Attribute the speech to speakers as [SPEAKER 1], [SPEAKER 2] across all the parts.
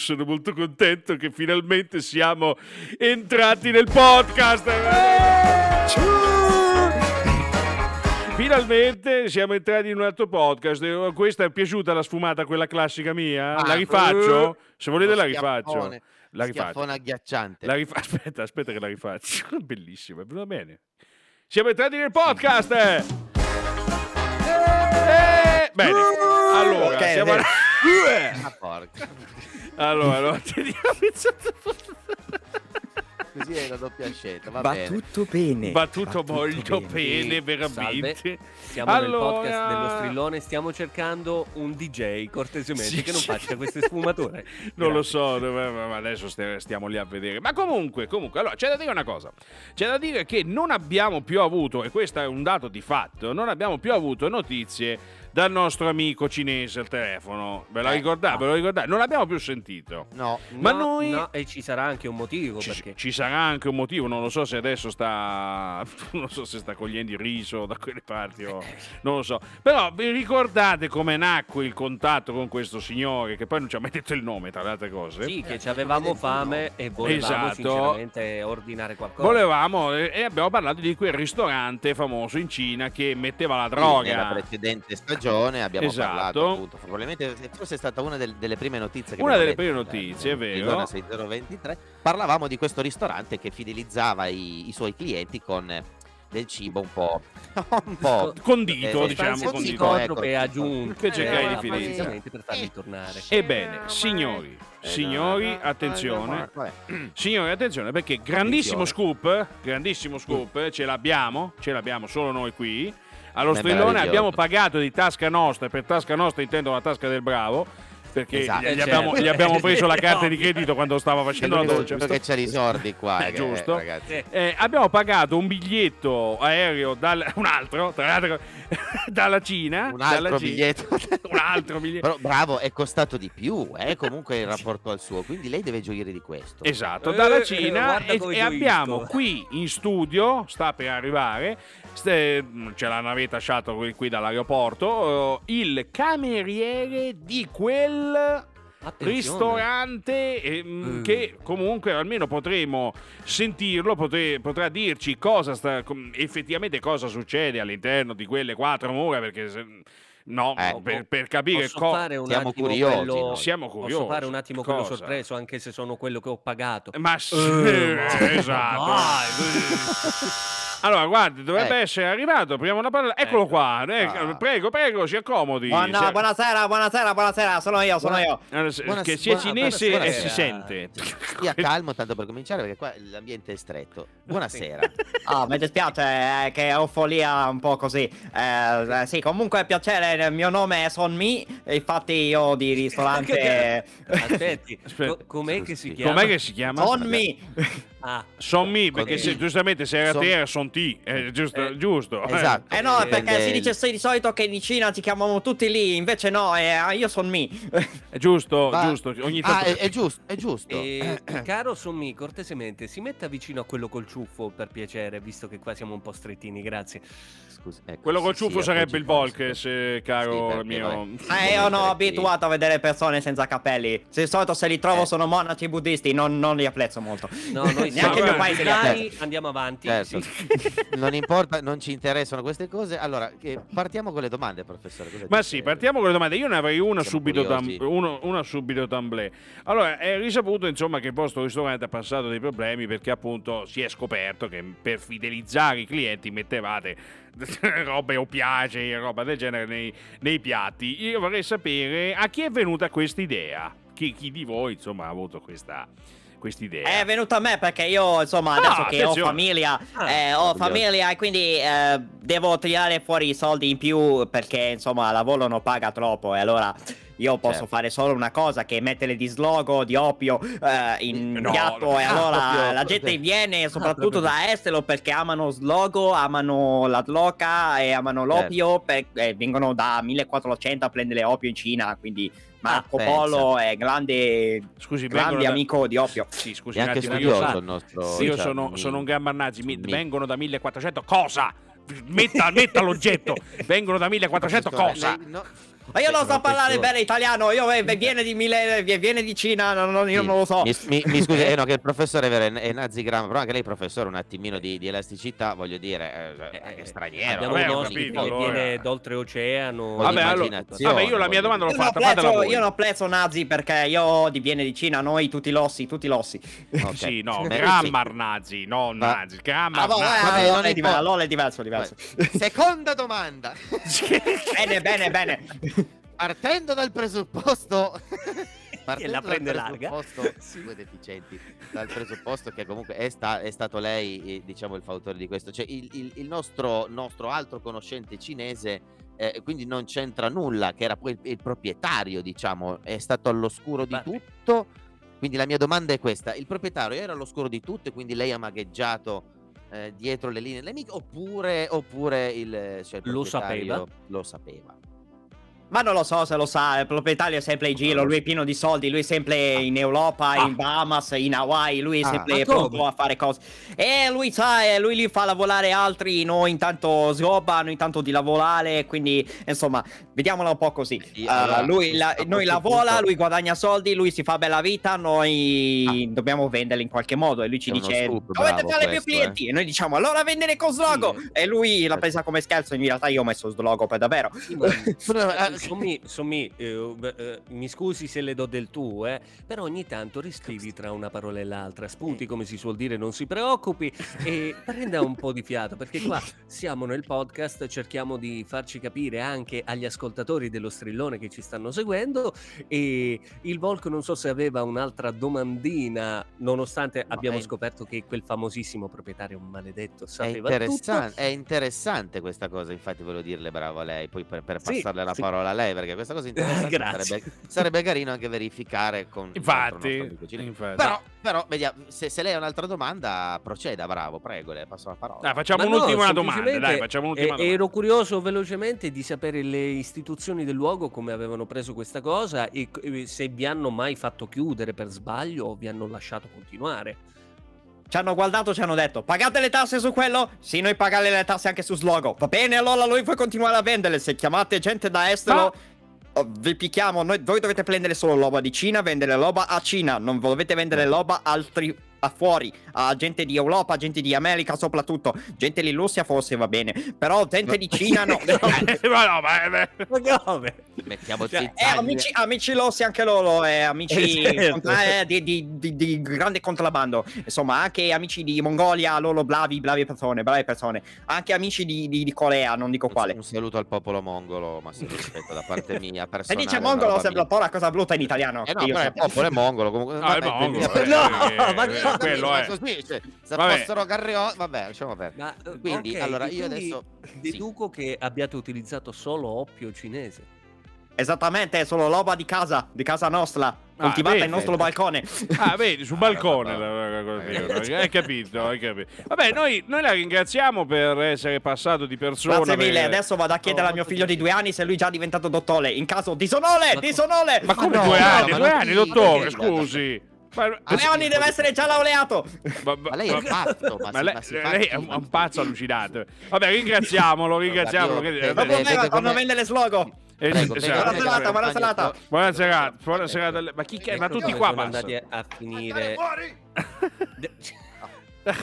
[SPEAKER 1] Sono molto contento che finalmente siamo entrati nel podcast. Eh! Finalmente siamo entrati in un altro podcast. Eh, Questa è piaciuta la sfumata, quella classica mia?
[SPEAKER 2] Ah,
[SPEAKER 1] La rifaccio? Se volete
[SPEAKER 2] Uno
[SPEAKER 1] la rifaccio.
[SPEAKER 2] schiaffone,
[SPEAKER 1] La rifaccio.
[SPEAKER 2] schiaffone agghiacciante.
[SPEAKER 1] La rifa- aspetta, aspetta che la rifaccio. Bellissima, è venuta bene. Siamo entrati nel podcast. Eh! Eh! Bene. Allora,
[SPEAKER 2] Ok,
[SPEAKER 1] siamo
[SPEAKER 2] adesso-
[SPEAKER 1] Eh!
[SPEAKER 2] Ah, porca.
[SPEAKER 1] Allora, no, teniamo il sottofondo.
[SPEAKER 2] Così è la doppia scelta. Va,
[SPEAKER 3] Va
[SPEAKER 2] bene.
[SPEAKER 3] tutto bene.
[SPEAKER 1] Va tutto
[SPEAKER 3] tutto
[SPEAKER 1] molto
[SPEAKER 3] bene.
[SPEAKER 4] Sì,
[SPEAKER 1] bene, veramente.
[SPEAKER 4] salve. Siamo nel podcast
[SPEAKER 1] Allora-
[SPEAKER 4] dello strillone, stiamo cercando un DJ cortesemente
[SPEAKER 1] Sì,
[SPEAKER 4] che non
[SPEAKER 1] sì.
[SPEAKER 4] faccia queste sfumature.
[SPEAKER 1] Non lo
[SPEAKER 4] Grazie.
[SPEAKER 1] so, ma- ma- ma adesso st- stiamo lì a vedere. Ma comunque, comunque, allora c'è da dire una cosa. C'è da dire che non abbiamo più avuto, e questo è un dato di fatto, non abbiamo più avuto notizie dal nostro amico cinese al telefono. Ve la
[SPEAKER 2] Eh,
[SPEAKER 1] ricordate?
[SPEAKER 2] no.
[SPEAKER 1] Ve lo ricordate? Non l'abbiamo più sentito.
[SPEAKER 2] No.
[SPEAKER 1] Ma
[SPEAKER 4] No,
[SPEAKER 1] noi-
[SPEAKER 4] no, e ci sarà anche un motivo
[SPEAKER 2] Ecco
[SPEAKER 1] Ci,
[SPEAKER 4] perché
[SPEAKER 1] ci sarà anche un motivo, non lo so se adesso sta. Non so se sta cogliendo il riso da quelle parti o. Non lo so. Però vi ricordate come nacque il contatto con questo signore, che poi non ci ha mai detto il nome, tra le altre cose.
[SPEAKER 4] sì, che ci avevamo fame e volevamo
[SPEAKER 1] Esatto.
[SPEAKER 4] sinceramente ordinare
[SPEAKER 2] ecco.
[SPEAKER 4] qualcosa.
[SPEAKER 1] Volevamo eh, e abbiamo parlato di quel ristorante famoso in Cina che metteva la
[SPEAKER 2] Nella
[SPEAKER 1] droga.
[SPEAKER 2] precedente stagione abbiamo
[SPEAKER 1] Esatto.
[SPEAKER 2] parlato appunto, probabilmente forse è stata una del- delle prime notizie che
[SPEAKER 1] Una
[SPEAKER 2] abbiamo
[SPEAKER 1] delle
[SPEAKER 2] letto,
[SPEAKER 1] prime
[SPEAKER 2] eh,
[SPEAKER 1] notizie, è vero.
[SPEAKER 2] Millona 6023. Parlavamo di questo ristorante che fidelizzava i, i suoi clienti con eh, del cibo un po' un po'
[SPEAKER 1] Condito,
[SPEAKER 2] Eh,
[SPEAKER 1] diciamo
[SPEAKER 2] sostanze
[SPEAKER 4] un
[SPEAKER 2] condito.
[SPEAKER 1] condito.
[SPEAKER 4] che ha aggiunto
[SPEAKER 1] Che cercai di finire.
[SPEAKER 4] fidelizzamente per farli tornare.
[SPEAKER 1] Ebbene, signori,
[SPEAKER 2] Eh,
[SPEAKER 1] signori,
[SPEAKER 2] no, Eh, no,
[SPEAKER 1] attenzione.
[SPEAKER 2] vabbè.
[SPEAKER 1] Signori, attenzione perché grandissimo scoop, grandissimo scoop,
[SPEAKER 2] Mm.
[SPEAKER 1] eh, ce l'abbiamo, ce l'abbiamo solo noi qui. Allo
[SPEAKER 2] Beh,
[SPEAKER 1] strillone
[SPEAKER 2] meraviglioso.
[SPEAKER 1] abbiamo pagato di tasca nostra, per tasca nostra intendo la tasca del bravo, perché
[SPEAKER 2] Esatto.
[SPEAKER 1] gli,
[SPEAKER 4] Eh,
[SPEAKER 1] abbiamo,
[SPEAKER 4] certo.
[SPEAKER 1] gli abbiamo preso la
[SPEAKER 4] Eh,
[SPEAKER 1] carta di
[SPEAKER 4] ovvio.
[SPEAKER 1] credito quando stava
[SPEAKER 2] È
[SPEAKER 1] facendo la
[SPEAKER 2] l'unico
[SPEAKER 1] doccia.
[SPEAKER 2] giusto che c'è i soldi qua
[SPEAKER 1] Eh,
[SPEAKER 2] che-
[SPEAKER 1] giusto.
[SPEAKER 2] ragazzi
[SPEAKER 4] Eh,
[SPEAKER 1] Eh, abbiamo pagato un biglietto aereo dal, un altro, tra l'altro, dalla Cina.
[SPEAKER 2] un
[SPEAKER 1] dalla
[SPEAKER 2] altro
[SPEAKER 1] Cina.
[SPEAKER 2] biglietto
[SPEAKER 1] Un altro biglietto.
[SPEAKER 2] Però bravo, è costato di più, eh, comunque in rapporto al suo, quindi lei deve gioire di questo.
[SPEAKER 1] Esatto,
[SPEAKER 4] Eh,
[SPEAKER 1] dalla
[SPEAKER 4] eh,
[SPEAKER 1] Cina
[SPEAKER 4] guarda
[SPEAKER 1] e,
[SPEAKER 4] come
[SPEAKER 1] e
[SPEAKER 4] gioisco.
[SPEAKER 1] abbiamo qui in studio, sta per arrivare, ste- ce la navetta shuttle qui- qui dall'aeroporto, eh, il cameriere di quel
[SPEAKER 4] attenzione.
[SPEAKER 1] ristorante ehm,
[SPEAKER 4] Mm.
[SPEAKER 1] che comunque almeno potremo sentirlo, potre- potrà dirci cosa sta, com- effettivamente cosa succede all'interno di quelle quattro mura perché se- no,
[SPEAKER 2] Eh.
[SPEAKER 1] per, per capire
[SPEAKER 4] boh, Posso
[SPEAKER 1] cosa...
[SPEAKER 4] fare un
[SPEAKER 2] Siamo
[SPEAKER 4] attimo
[SPEAKER 2] curiosi,
[SPEAKER 4] quello-
[SPEAKER 2] noi.
[SPEAKER 1] Siamo curiosi,
[SPEAKER 4] Posso fare un attimo quello
[SPEAKER 1] cosa? Ehm,
[SPEAKER 4] sorpreso, anche se sono quello che ho pagato.
[SPEAKER 1] Ma sì,
[SPEAKER 4] Eh, ma-
[SPEAKER 1] esatto.
[SPEAKER 4] Dai,
[SPEAKER 1] Allora, guardi, dovrebbe
[SPEAKER 2] Ecco.
[SPEAKER 1] essere arrivato. Apriamo la parola. Eccolo
[SPEAKER 4] Ecco.
[SPEAKER 1] qua. eh,
[SPEAKER 2] Ah. Oh,
[SPEAKER 1] Prego, prego, si accomodi.
[SPEAKER 5] Buona-
[SPEAKER 1] Si-
[SPEAKER 5] Oh, buonasera, buonasera, buonasera, sono io, sono
[SPEAKER 2] Buona-
[SPEAKER 5] io.
[SPEAKER 1] Allora, se-
[SPEAKER 2] Buonas-
[SPEAKER 1] che sia
[SPEAKER 2] buona-
[SPEAKER 1] cinese e
[SPEAKER 2] buonasera.
[SPEAKER 1] si sente.
[SPEAKER 2] Stia calmo tanto per cominciare perché qua l'ambiente è stretto. Buonasera.
[SPEAKER 5] Ah, mi dispiace eh, che ho follia un po' così. Eh, eh, sì, comunque piacere, il mio nome è Sonmi, infatti io di ristorante
[SPEAKER 4] Aspetti,
[SPEAKER 1] Aspetta.
[SPEAKER 4] co- com'è che si chiama?
[SPEAKER 1] Com'è che si chiama?
[SPEAKER 5] Sonmi.
[SPEAKER 4] Ah,
[SPEAKER 1] Sommi, perché
[SPEAKER 2] Con-
[SPEAKER 1] se- giustamente se era
[SPEAKER 2] Son-
[SPEAKER 1] te era son ti. eh, giusto,
[SPEAKER 4] Eh,
[SPEAKER 1] giusto. eh.
[SPEAKER 2] esatto.
[SPEAKER 5] Eh no,
[SPEAKER 2] Eh,
[SPEAKER 5] perché si
[SPEAKER 2] del-
[SPEAKER 5] dice sì, di solito che in Cina ti chiamano tutti lì, invece no, eh, io son mi.
[SPEAKER 1] Eh, Giusto,
[SPEAKER 2] Va-
[SPEAKER 1] giusto. Ogni
[SPEAKER 2] Ah,
[SPEAKER 1] tanto...
[SPEAKER 2] è, è giusto, è giusto.
[SPEAKER 4] eh, caro Sommi, cortesemente, si metta vicino a quello col ciuffo per piacere, visto che qua siamo un po' strettini, grazie.
[SPEAKER 2] Scusa, ecco,
[SPEAKER 1] Quello col
[SPEAKER 2] sì,
[SPEAKER 1] ciuffo
[SPEAKER 2] sì,
[SPEAKER 1] sarebbe il
[SPEAKER 2] oggi posso.
[SPEAKER 1] Volkes, eh, caro
[SPEAKER 2] Sì, perché,
[SPEAKER 1] mio.
[SPEAKER 2] vabbè.
[SPEAKER 5] Eh, io
[SPEAKER 2] Sì.
[SPEAKER 5] no, abituato a vedere persone senza capelli. Di solito se li trovo
[SPEAKER 2] Eh.
[SPEAKER 5] sono monaci buddisti, non, non li apprezzo molto.
[SPEAKER 4] No, noi siamo
[SPEAKER 5] Neanche il mio
[SPEAKER 1] guarda,
[SPEAKER 5] paese li apprezza.
[SPEAKER 4] dai, andiamo avanti.
[SPEAKER 2] Certo.
[SPEAKER 4] Sì.
[SPEAKER 2] non importa, non ci interessano queste cose. Allora, che- partiamo con le domande, professore. Cosa
[SPEAKER 1] Ma
[SPEAKER 2] dice?
[SPEAKER 1] sì, partiamo con le domande. Io ne avrei una
[SPEAKER 2] Siamo
[SPEAKER 1] subito,
[SPEAKER 2] curiosi.
[SPEAKER 1] tam- uno- una subito d'amblè. Allora, è risaputo insomma che il vostro ristorante ha passato dei problemi perché appunto si è scoperto che per fidelizzare i clienti mettevate robe o piace e roba del genere nei, nei piatti. Io vorrei sapere a chi è venuta questa idea. Chi, chi di voi insomma ha avuto questa idea?
[SPEAKER 5] È venuta a me perché io, insomma, adesso
[SPEAKER 1] Ah,
[SPEAKER 5] che ho
[SPEAKER 1] attenzione.
[SPEAKER 5] famiglia,
[SPEAKER 4] Ah,
[SPEAKER 5] eh, ho
[SPEAKER 2] meraviglioso.
[SPEAKER 5] famiglia e quindi eh, devo tirare fuori i soldi in più perché, insomma, lavoro non paga troppo e allora io posso
[SPEAKER 2] Certo.
[SPEAKER 5] fare solo una cosa che è mettere di slogo di oppio eh, in
[SPEAKER 1] No,
[SPEAKER 5] piatto
[SPEAKER 1] no.
[SPEAKER 5] e allora
[SPEAKER 2] Ah, proprio-
[SPEAKER 5] la gente viene soprattutto
[SPEAKER 4] proprio-
[SPEAKER 5] da estero perché amano slogo, amano la loca e amano
[SPEAKER 1] Certo.
[SPEAKER 5] l'oppio per- e vengono da 1400 a prendere oppio in Cina, quindi
[SPEAKER 1] Ah,
[SPEAKER 5] Marco
[SPEAKER 2] pensa.
[SPEAKER 5] Polo è grande...
[SPEAKER 1] Scusi,
[SPEAKER 5] Grande
[SPEAKER 1] vengono da-
[SPEAKER 5] amico di Oppio.
[SPEAKER 1] Sì, scusi,
[SPEAKER 2] È
[SPEAKER 1] un
[SPEAKER 2] anche
[SPEAKER 1] attimo, io
[SPEAKER 2] studioso
[SPEAKER 1] so-
[SPEAKER 2] il nostro.
[SPEAKER 1] Io
[SPEAKER 2] cioè,
[SPEAKER 1] sono,
[SPEAKER 2] mi-
[SPEAKER 1] sono un gambannazzi, mi-
[SPEAKER 2] mi-
[SPEAKER 1] vengono da 1400 cosa? Metta, metta l'oggetto, vengono da 1400
[SPEAKER 2] Professore,
[SPEAKER 1] cosa?
[SPEAKER 2] lei no-
[SPEAKER 5] Ma io non so
[SPEAKER 2] Sono
[SPEAKER 5] parlare
[SPEAKER 2] peggiore.
[SPEAKER 5] bene italiano, io eh, viene di Mile- viene di Cina, non- non- io non lo so.
[SPEAKER 2] Mi, mi- mi scusi, eh no, che il professore è vero, è- è nazi gramma, però anche lei, professore, un attimino di, di elasticità, voglio dire, eh,
[SPEAKER 6] Eh,
[SPEAKER 2] è straniero.
[SPEAKER 1] abbiamo
[SPEAKER 2] vabbè,
[SPEAKER 1] un
[SPEAKER 6] un
[SPEAKER 2] ho
[SPEAKER 1] ospite
[SPEAKER 6] ospite
[SPEAKER 2] capito,
[SPEAKER 1] che
[SPEAKER 6] che
[SPEAKER 1] allora.
[SPEAKER 6] viene d'oltreoceano.
[SPEAKER 2] Con
[SPEAKER 1] Vabbè, allora,
[SPEAKER 2] l'immaginazione,
[SPEAKER 1] vabbè, io la mia
[SPEAKER 2] voglio
[SPEAKER 1] domanda l'ho
[SPEAKER 5] Io non,
[SPEAKER 1] fatta, fatela
[SPEAKER 5] apprezzo,
[SPEAKER 1] voi.
[SPEAKER 5] io non apprezzo nazi perché io di viene di Cina, noi tutti lossi, tutti lossi.
[SPEAKER 2] Ok.
[SPEAKER 1] Sì, no,
[SPEAKER 2] Beh,
[SPEAKER 1] grammar nazi, non
[SPEAKER 2] Ma-
[SPEAKER 1] nazi, grammar
[SPEAKER 5] Ah, vabbè,
[SPEAKER 1] nazi.
[SPEAKER 2] vabbè, non
[SPEAKER 5] allora è
[SPEAKER 2] importa.
[SPEAKER 5] diverso, allora è diverso, diverso.
[SPEAKER 2] sì. Seconda domanda.
[SPEAKER 5] bene, bene, bene.
[SPEAKER 2] Partendo dal presupposto partendo
[SPEAKER 6] la prende
[SPEAKER 2] dal
[SPEAKER 6] larga.
[SPEAKER 2] presupposto-
[SPEAKER 6] Sì.
[SPEAKER 2] due deficienti dal presupposto che comunque è, sta- è stato lei eh, diciamo il fautore di questo cioè il, il- il nostro, nostro altro conoscente cinese eh, quindi non c'entra nulla che era poi il, il proprietario diciamo è stato all'oscuro di
[SPEAKER 6] Beh.
[SPEAKER 2] tutto quindi la mia domanda è questa il proprietario era all'oscuro di tutto e quindi lei ha magheggiato eh, dietro le linee nemiche oppure, oppure il, eh, cioè, il
[SPEAKER 6] Lo
[SPEAKER 2] proprietario
[SPEAKER 6] sapeva?
[SPEAKER 2] lo sapeva
[SPEAKER 5] Ma non lo so se lo sa, il proprietario è sempre in giro, lui è pieno di soldi, lui è sempre in Europa, in Bahamas, in Hawaii, lui è
[SPEAKER 2] Ah.
[SPEAKER 5] sempre
[SPEAKER 6] Ma
[SPEAKER 5] pronto
[SPEAKER 6] dove?
[SPEAKER 5] a fare cose. E lui sa, eh, lui li fa lavorare altri, noi intanto sgobbano, intanto di lavorare, quindi insomma, vediamola un po' così.
[SPEAKER 2] Sì,
[SPEAKER 5] Eh,
[SPEAKER 2] allora,
[SPEAKER 5] lui la-
[SPEAKER 2] a questo
[SPEAKER 5] noi lavora,
[SPEAKER 2] punto-
[SPEAKER 5] lui guadagna soldi, lui si fa bella vita, noi dobbiamo venderli in qualche modo e lui ci
[SPEAKER 2] Ah. È uno
[SPEAKER 5] dice
[SPEAKER 2] scoop,
[SPEAKER 5] dovete
[SPEAKER 2] bravo
[SPEAKER 5] fare più
[SPEAKER 2] questo, eh."
[SPEAKER 5] clienti e noi diciamo allora vendere con slogo
[SPEAKER 6] Sì.
[SPEAKER 5] e lui l'ha presa come scherzo, in realtà io ho messo slogo per davvero.
[SPEAKER 2] Ah,
[SPEAKER 6] Sommi, sommi, eh, beh, eh, mi scusi se le do del tu, eh, però ogni tanto riscrivi tra una parola e l'altra, spunti come si suol dire, non si preoccupi e prenda un po' di fiato perché qua siamo nel podcast, cerchiamo di farci capire anche agli ascoltatori dello strillone che ci stanno seguendo e il Volk non so se aveva un'altra domandina, nonostante abbiamo
[SPEAKER 2] è-
[SPEAKER 6] scoperto che quel famosissimo proprietario maledetto
[SPEAKER 2] È
[SPEAKER 6] sapeva tutto.
[SPEAKER 2] interessante, è interessante questa cosa, infatti volevo dirle bravo a lei, poi per, per
[SPEAKER 6] Sì,
[SPEAKER 2] passarle la
[SPEAKER 6] sì.
[SPEAKER 2] parola a lei, perché questa cosa è interessante
[SPEAKER 6] Grazie.
[SPEAKER 2] sarebbe, sarebbe carino anche verificare con il nostro
[SPEAKER 1] Infatti, Eh,
[SPEAKER 2] amico Gino.
[SPEAKER 1] infatti.
[SPEAKER 2] Però, però vediamo, se, se lei ha un'altra domanda, proceda, bravo, prego, le passo la parola.
[SPEAKER 1] Dai, facciamo
[SPEAKER 6] Ma no,
[SPEAKER 1] un'ultima domanda,
[SPEAKER 6] semplicemente,
[SPEAKER 1] dai, facciamo un'ultima
[SPEAKER 6] eh,
[SPEAKER 1] domanda.
[SPEAKER 6] ero curioso velocemente di sapere le istituzioni del luogo come avevano preso questa cosa e c- e se vi hanno mai fatto chiudere per sbaglio o vi hanno lasciato continuare.
[SPEAKER 5] Ci hanno guardato, ci hanno detto: pagate le tasse su quello? Sì, noi pagare le tasse anche su slogo. Va bene, allora lui può continuare a venderle. Se chiamate gente da estero. oh, Vi picchiamo, noi, voi dovete prendere solo roba di Cina, vendere roba a Cina, non volete vendere roba altri a fuori, a gente di Europa, gente di America soprattutto, gente di Russia forse va bene, però gente di Cina no. eh,
[SPEAKER 1] ma no, ma, ma-
[SPEAKER 6] Ma come?
[SPEAKER 2] Mettiamo
[SPEAKER 6] Cioè,
[SPEAKER 2] zittaglia.
[SPEAKER 5] amici, amici rossi anche loro, eh, amici
[SPEAKER 6] Eh, certo.
[SPEAKER 5] contra- eh, di, di- di- di grande contrabbando, insomma anche amici di Mongolia, loro bravi, bravi persone, brave persone, anche amici di, di- di Corea, non dico
[SPEAKER 2] Un-
[SPEAKER 5] quale.
[SPEAKER 2] Un saluto al popolo mongolo, ma se rispetto da parte mia
[SPEAKER 5] Se
[SPEAKER 2] personale.
[SPEAKER 5] dice
[SPEAKER 2] una
[SPEAKER 5] mongolo
[SPEAKER 2] roba
[SPEAKER 5] sembra un
[SPEAKER 2] mia.
[SPEAKER 5] po' una cosa brutta in italiano.
[SPEAKER 2] Eh no,
[SPEAKER 5] che io
[SPEAKER 2] però il
[SPEAKER 5] sappia.
[SPEAKER 2] popolo è mongolo comunque.
[SPEAKER 1] Ah, è mongolo,
[SPEAKER 2] quindi-
[SPEAKER 1] eh,
[SPEAKER 6] No, ma
[SPEAKER 1] eh,
[SPEAKER 6] no,
[SPEAKER 1] quello è.
[SPEAKER 2] Così, cioè, se
[SPEAKER 1] Vabbè.
[SPEAKER 2] fossero carriò- vabbè, lasciamo perdere.
[SPEAKER 6] Ma, eh,
[SPEAKER 2] Quindi,
[SPEAKER 6] ok,
[SPEAKER 2] allora, io
[SPEAKER 6] quindi
[SPEAKER 2] adesso... sì.
[SPEAKER 6] deduco che abbiate utilizzato solo oppio cinese.
[SPEAKER 5] Esattamente, è solo roba di casa, di casa nostra, coltivata
[SPEAKER 1] vedi,
[SPEAKER 5] il nostro
[SPEAKER 1] vedi.
[SPEAKER 5] balcone.
[SPEAKER 1] Ah, vedi, sul
[SPEAKER 2] Ah,
[SPEAKER 1] balcone.
[SPEAKER 2] vabbè.
[SPEAKER 1] la- la- la- la-
[SPEAKER 6] Eh,
[SPEAKER 1] Hai capito, hai capito. Vabbè, noi, noi la ringraziamo per essere passato di persona.
[SPEAKER 5] Grazie mille,
[SPEAKER 1] perché-
[SPEAKER 5] adesso vado a chiedere
[SPEAKER 6] No,
[SPEAKER 5] a mio
[SPEAKER 6] molto
[SPEAKER 5] figlio di due anni se lui è già diventato dottore. In caso, disonore,
[SPEAKER 6] Ma co-
[SPEAKER 5] disonore!
[SPEAKER 1] Ma come
[SPEAKER 2] no,
[SPEAKER 1] due
[SPEAKER 2] no,
[SPEAKER 1] anni?
[SPEAKER 2] ma
[SPEAKER 1] due
[SPEAKER 2] non
[SPEAKER 1] anni,
[SPEAKER 2] ti-
[SPEAKER 1] dottore,
[SPEAKER 2] ma perché-
[SPEAKER 1] scusi. Ma,
[SPEAKER 5] Due anni deve essere già laureato!
[SPEAKER 1] ma- ma-
[SPEAKER 2] Ah, Ma lei è un pazzo, ma,
[SPEAKER 1] ma
[SPEAKER 2] si-
[SPEAKER 1] lei,
[SPEAKER 2] ma si fa
[SPEAKER 1] lei è un,
[SPEAKER 2] schifo.
[SPEAKER 1] un pazzo allucinato. Vabbè, ringraziamolo, ringraziamolo.
[SPEAKER 2] Guarda, io-
[SPEAKER 1] che-
[SPEAKER 5] Ma
[SPEAKER 2] Vabbè,
[SPEAKER 5] come
[SPEAKER 2] vedi
[SPEAKER 5] vanno a
[SPEAKER 2] come-
[SPEAKER 5] vendere slogo?
[SPEAKER 1] eh,
[SPEAKER 2] Prego,
[SPEAKER 1] esatto.
[SPEAKER 2] prego,
[SPEAKER 5] Buona
[SPEAKER 2] prego,
[SPEAKER 5] serata, buona
[SPEAKER 2] accompagna
[SPEAKER 5] serata.
[SPEAKER 2] il tuo-
[SPEAKER 1] Buona serata, buona
[SPEAKER 2] Ecco.
[SPEAKER 1] serata alle- ma chi che- ma
[SPEAKER 6] Ecco
[SPEAKER 1] tutti
[SPEAKER 6] dove
[SPEAKER 1] qua
[SPEAKER 6] sono
[SPEAKER 1] passano.
[SPEAKER 6] andati a, a finire. cioè,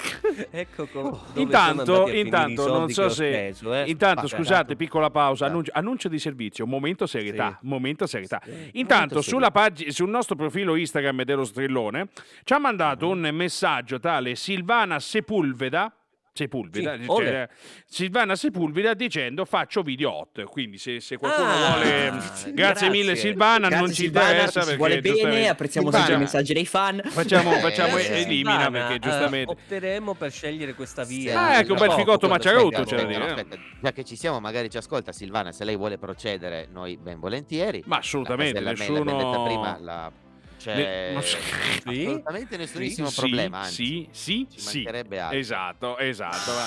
[SPEAKER 6] ecco come dove
[SPEAKER 1] Oh, Intanto-
[SPEAKER 6] sono andati a finire i
[SPEAKER 1] intanto,
[SPEAKER 6] soldi
[SPEAKER 1] non so
[SPEAKER 6] che ho
[SPEAKER 1] se-
[SPEAKER 6] speso, eh.
[SPEAKER 1] Intanto,
[SPEAKER 2] Vabbè, esatto.
[SPEAKER 1] scusate,
[SPEAKER 2] tanto-
[SPEAKER 1] piccola pausa,
[SPEAKER 2] Tanto.
[SPEAKER 1] annuncio, annuncio di servizio, momento serietà,
[SPEAKER 6] Sì.
[SPEAKER 1] momento serietà.
[SPEAKER 6] Sì.
[SPEAKER 1] Intanto
[SPEAKER 2] Momento
[SPEAKER 1] sulla pagina, sul nostro profilo Instagram dello Strillone ci ha mandato un messaggio tale Silvana Sepulveda Sepulveda,
[SPEAKER 6] Sì,
[SPEAKER 1] cioè,
[SPEAKER 6] ole.
[SPEAKER 1] Silvana Sepulveda dicendo faccio video hot quindi se, se qualcuno
[SPEAKER 6] Ah,
[SPEAKER 1] vuole
[SPEAKER 4] mm,
[SPEAKER 1] grazie,
[SPEAKER 6] grazie.
[SPEAKER 1] mille Silvana non
[SPEAKER 5] Grazie,
[SPEAKER 1] ci
[SPEAKER 5] Silvana,
[SPEAKER 1] interessa
[SPEAKER 5] ci
[SPEAKER 1] perché
[SPEAKER 5] vuole bene,
[SPEAKER 1] giustamente-
[SPEAKER 5] apprezziamo
[SPEAKER 1] Silvana,
[SPEAKER 5] sempre i messaggi dei fan.
[SPEAKER 1] facciamo, facciamo
[SPEAKER 2] Eh,
[SPEAKER 1] e-
[SPEAKER 2] sì.
[SPEAKER 1] elimina
[SPEAKER 6] Silvana,
[SPEAKER 1] perché
[SPEAKER 6] eh,
[SPEAKER 1] giustamente
[SPEAKER 6] opteremo per scegliere questa via.
[SPEAKER 1] Ah, ecco, un bel
[SPEAKER 6] Poco,
[SPEAKER 1] figotto
[SPEAKER 6] quello
[SPEAKER 1] macciaruto,
[SPEAKER 6] che
[SPEAKER 1] c'è da
[SPEAKER 6] abbiamo.
[SPEAKER 1] dire. eh.
[SPEAKER 2] Già che ci siamo, magari ci ascolta Silvana, se lei vuole procedere, noi ben volentieri.
[SPEAKER 1] ma assolutamente
[SPEAKER 2] La casella mail l'abbiamo
[SPEAKER 1] nessuno
[SPEAKER 2] detta prima, la- c'è
[SPEAKER 1] Ne- ma- Sì?
[SPEAKER 2] assolutamente nessunissimo
[SPEAKER 1] Sì,
[SPEAKER 2] problema, anzi,
[SPEAKER 1] sì, esatto, sì,
[SPEAKER 2] ci
[SPEAKER 1] sì.
[SPEAKER 2] mancherebbe altro.
[SPEAKER 1] Esatto, esatto. va.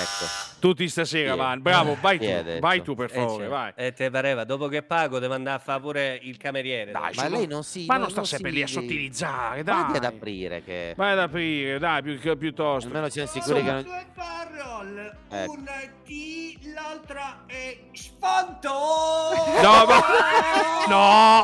[SPEAKER 2] Ecco.
[SPEAKER 1] Tutti stasera
[SPEAKER 2] Sì.
[SPEAKER 1] vanno. Bravo, vai
[SPEAKER 2] Chi ha
[SPEAKER 1] tu,
[SPEAKER 2] detto?
[SPEAKER 1] vai tu per
[SPEAKER 4] Eh,
[SPEAKER 1] favore,
[SPEAKER 4] certo.
[SPEAKER 1] vai.
[SPEAKER 4] Eh, te pareva, dopo che pago devo andare a fare pure il cameriere.
[SPEAKER 1] Dai,
[SPEAKER 2] Ma
[SPEAKER 1] su-
[SPEAKER 2] lei non si...
[SPEAKER 1] Ah, Ma non sta sempre
[SPEAKER 2] si-
[SPEAKER 1] lì a sottilizzare,
[SPEAKER 2] Guardi ad
[SPEAKER 1] dai.
[SPEAKER 2] aprire che...
[SPEAKER 1] Vai ad aprire, dai, più- piuttosto.
[SPEAKER 2] Almeno siamo sicuri che non...
[SPEAKER 3] due parole,
[SPEAKER 1] Eh.
[SPEAKER 2] Ecco.
[SPEAKER 3] una T, l'altra è sfonto.
[SPEAKER 1] No, ma...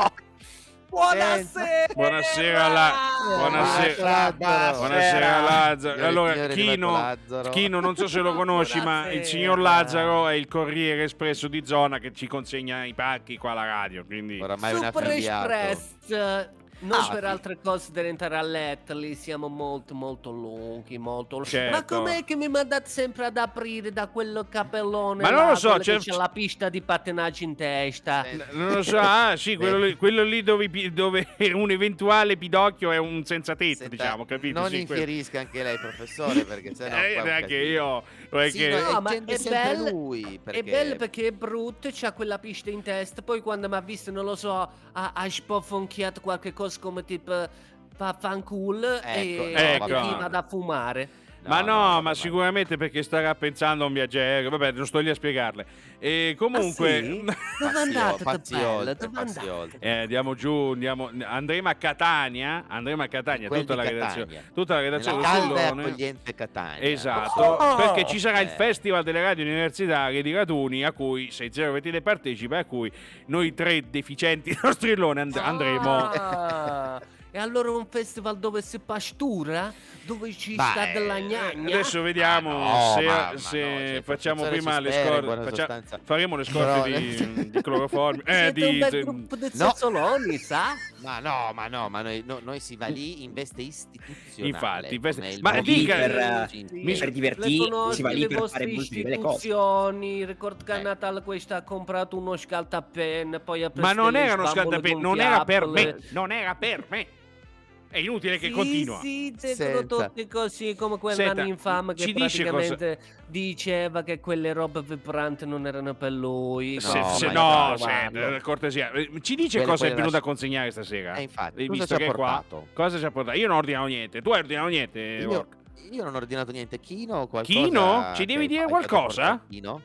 [SPEAKER 1] No!
[SPEAKER 3] Buonasera.
[SPEAKER 1] Buonasera alla- Buonasera.
[SPEAKER 2] Eh, Lazzaro.
[SPEAKER 1] Buonasera Lazzaro.
[SPEAKER 2] Signore e
[SPEAKER 1] Allora,
[SPEAKER 2] signori, è arrivato
[SPEAKER 1] Chino,
[SPEAKER 2] Lazzaro.
[SPEAKER 1] Chino, non so se lo conosci, ma il signor
[SPEAKER 4] Buonasera.
[SPEAKER 1] Lazzaro è il corriere espresso di zona che ci consegna i pacchi qua alla radio. Quindi
[SPEAKER 2] Oramai è un
[SPEAKER 6] Super
[SPEAKER 2] affiliato.
[SPEAKER 6] Express. Non
[SPEAKER 2] Ah,
[SPEAKER 6] per
[SPEAKER 2] sì.
[SPEAKER 6] altre cose da entrare a letto, lì siamo molto molto lunghi, molto lunghi. Ma
[SPEAKER 1] Certo.
[SPEAKER 6] com'è che mi mandate sempre ad aprire da quel capellone?
[SPEAKER 1] Ma non lo
[SPEAKER 6] là,
[SPEAKER 1] so,
[SPEAKER 6] quello
[SPEAKER 1] c'è-
[SPEAKER 6] che c'è la pista di pattinaggio in testa.
[SPEAKER 2] Eh,
[SPEAKER 1] non lo so, ah sì, quello lì, quello lì dove, i pi- dove un eventuale pidocchio è un senza tetto,
[SPEAKER 2] Senta,
[SPEAKER 1] diciamo, capito?
[SPEAKER 2] Non
[SPEAKER 1] Sì, quello.
[SPEAKER 2] infierisca anche lei, professore, perché sennò
[SPEAKER 1] Eh,
[SPEAKER 2] qua è un
[SPEAKER 1] neanche
[SPEAKER 2] casino.
[SPEAKER 1] io, perché...
[SPEAKER 2] Sì, no,
[SPEAKER 6] No, ma
[SPEAKER 2] accende
[SPEAKER 6] è
[SPEAKER 2] sempre
[SPEAKER 6] bello-
[SPEAKER 2] lui,
[SPEAKER 6] È bello perché è brutto, c'ha quella pista in testa, poi quando mi ha visto, non lo so, ha, ha spofonchiato qualche cosa come tipo fancool
[SPEAKER 2] Ecco,
[SPEAKER 6] e
[SPEAKER 2] no,
[SPEAKER 1] Ecco.
[SPEAKER 6] che
[SPEAKER 1] vabbè.
[SPEAKER 6] vado a fumare.
[SPEAKER 1] ma no, ma
[SPEAKER 2] vabbè.
[SPEAKER 1] sicuramente perché starà pensando a un viaggio aereo. Vabbè, non sto lì a spiegarle. E comunque,
[SPEAKER 6] Ah, sì? Dove
[SPEAKER 2] Passi
[SPEAKER 6] andate,
[SPEAKER 2] o- passi
[SPEAKER 6] Tappella?
[SPEAKER 2] oltre,
[SPEAKER 6] Dove
[SPEAKER 2] passi
[SPEAKER 6] andate?
[SPEAKER 2] oltre.
[SPEAKER 1] Eh, andiamo giù, andiamo, andremo a Catania, andremo a Catania,
[SPEAKER 2] Quel
[SPEAKER 1] tutta
[SPEAKER 2] di
[SPEAKER 1] la,
[SPEAKER 2] Catania.
[SPEAKER 1] redazione, tutta la redazione
[SPEAKER 2] Nella
[SPEAKER 1] del
[SPEAKER 2] calda e
[SPEAKER 1] Sullone.
[SPEAKER 2] accogliente Catania.
[SPEAKER 1] Esatto,
[SPEAKER 6] Oh!
[SPEAKER 1] perché ci sarà il
[SPEAKER 2] Eh.
[SPEAKER 1] Festival delle Radio Universitarie di Raduni a cui 6023 partecipa, a cui noi tre deficienti dello strillone
[SPEAKER 2] Oh.
[SPEAKER 1] and- andremo.
[SPEAKER 6] Ah, e allora un festival dove si pastura? Dove ci
[SPEAKER 2] Bah,
[SPEAKER 6] sta della
[SPEAKER 2] eh,
[SPEAKER 6] gnagna?
[SPEAKER 1] Adesso vediamo
[SPEAKER 2] Ah, no,
[SPEAKER 1] se,
[SPEAKER 2] mamma,
[SPEAKER 1] se
[SPEAKER 2] no, cioè,
[SPEAKER 1] facciamo
[SPEAKER 2] professore
[SPEAKER 1] prima
[SPEAKER 2] si
[SPEAKER 1] le
[SPEAKER 2] spera in
[SPEAKER 1] scorte,
[SPEAKER 2] buona
[SPEAKER 1] faccia-
[SPEAKER 2] sostanza.
[SPEAKER 1] faremo le
[SPEAKER 2] Però-
[SPEAKER 1] scorte di, di cloroformio, eh,
[SPEAKER 6] Siete un
[SPEAKER 1] di,
[SPEAKER 6] bel gruppo di
[SPEAKER 2] No.
[SPEAKER 6] zozzoloni, sa?
[SPEAKER 2] Ma no, ma no, ma noi, no- noi si va lì in veste istituzionale.
[SPEAKER 1] Infatti, in veste-
[SPEAKER 2] come il
[SPEAKER 1] ma
[SPEAKER 2] Bobby
[SPEAKER 1] dica-
[SPEAKER 2] Cinzia.
[SPEAKER 5] Per,
[SPEAKER 6] Sì.
[SPEAKER 1] Mi-
[SPEAKER 5] per
[SPEAKER 6] Le
[SPEAKER 5] divertirsi, si va
[SPEAKER 6] conosco le
[SPEAKER 5] lì per fare
[SPEAKER 6] vostre
[SPEAKER 5] molte di quelle cose.
[SPEAKER 6] istituzioni. Ricordo che a
[SPEAKER 2] Eh.
[SPEAKER 6] Natale questa ha comprato uno scaltapen, poi ha preso
[SPEAKER 1] ma non
[SPEAKER 6] delle
[SPEAKER 1] era uno
[SPEAKER 6] sbambole
[SPEAKER 1] scaldapenne,
[SPEAKER 6] con
[SPEAKER 1] non era per me,
[SPEAKER 6] chiappole.
[SPEAKER 1] non era per me. È inutile che
[SPEAKER 6] sì,
[SPEAKER 1] continua.
[SPEAKER 6] Sì,
[SPEAKER 2] Senza.
[SPEAKER 6] tengono tutti così come quel
[SPEAKER 1] Senta,
[SPEAKER 6] nanno infame che
[SPEAKER 1] ci dice cosa-
[SPEAKER 6] praticamente diceva che quelle robe vibranti non erano per lui.
[SPEAKER 1] Se-
[SPEAKER 2] No,
[SPEAKER 1] se-
[SPEAKER 2] ma
[SPEAKER 1] no,
[SPEAKER 2] no,
[SPEAKER 1] se- eh, cortesia. Eh, Ci dice
[SPEAKER 2] Quello
[SPEAKER 1] cosa è
[SPEAKER 2] poi
[SPEAKER 1] venuto
[SPEAKER 2] lascia-
[SPEAKER 1] a consegnare stasera?
[SPEAKER 2] Eh, infatti,
[SPEAKER 1] Hai
[SPEAKER 2] cosa
[SPEAKER 1] visto
[SPEAKER 2] ci ha
[SPEAKER 1] che è qua?
[SPEAKER 2] portato?
[SPEAKER 1] Cosa ci ha portato? Io non ho ordinato niente. Tu hai ordinato niente,
[SPEAKER 2] Io,
[SPEAKER 1] Orc?
[SPEAKER 2] io non ho ordinato niente. Chino, qualcosa...
[SPEAKER 1] Chino? Ci
[SPEAKER 2] che
[SPEAKER 1] devi dire
[SPEAKER 2] hai fatto
[SPEAKER 1] qualcosa?
[SPEAKER 2] portare Chino?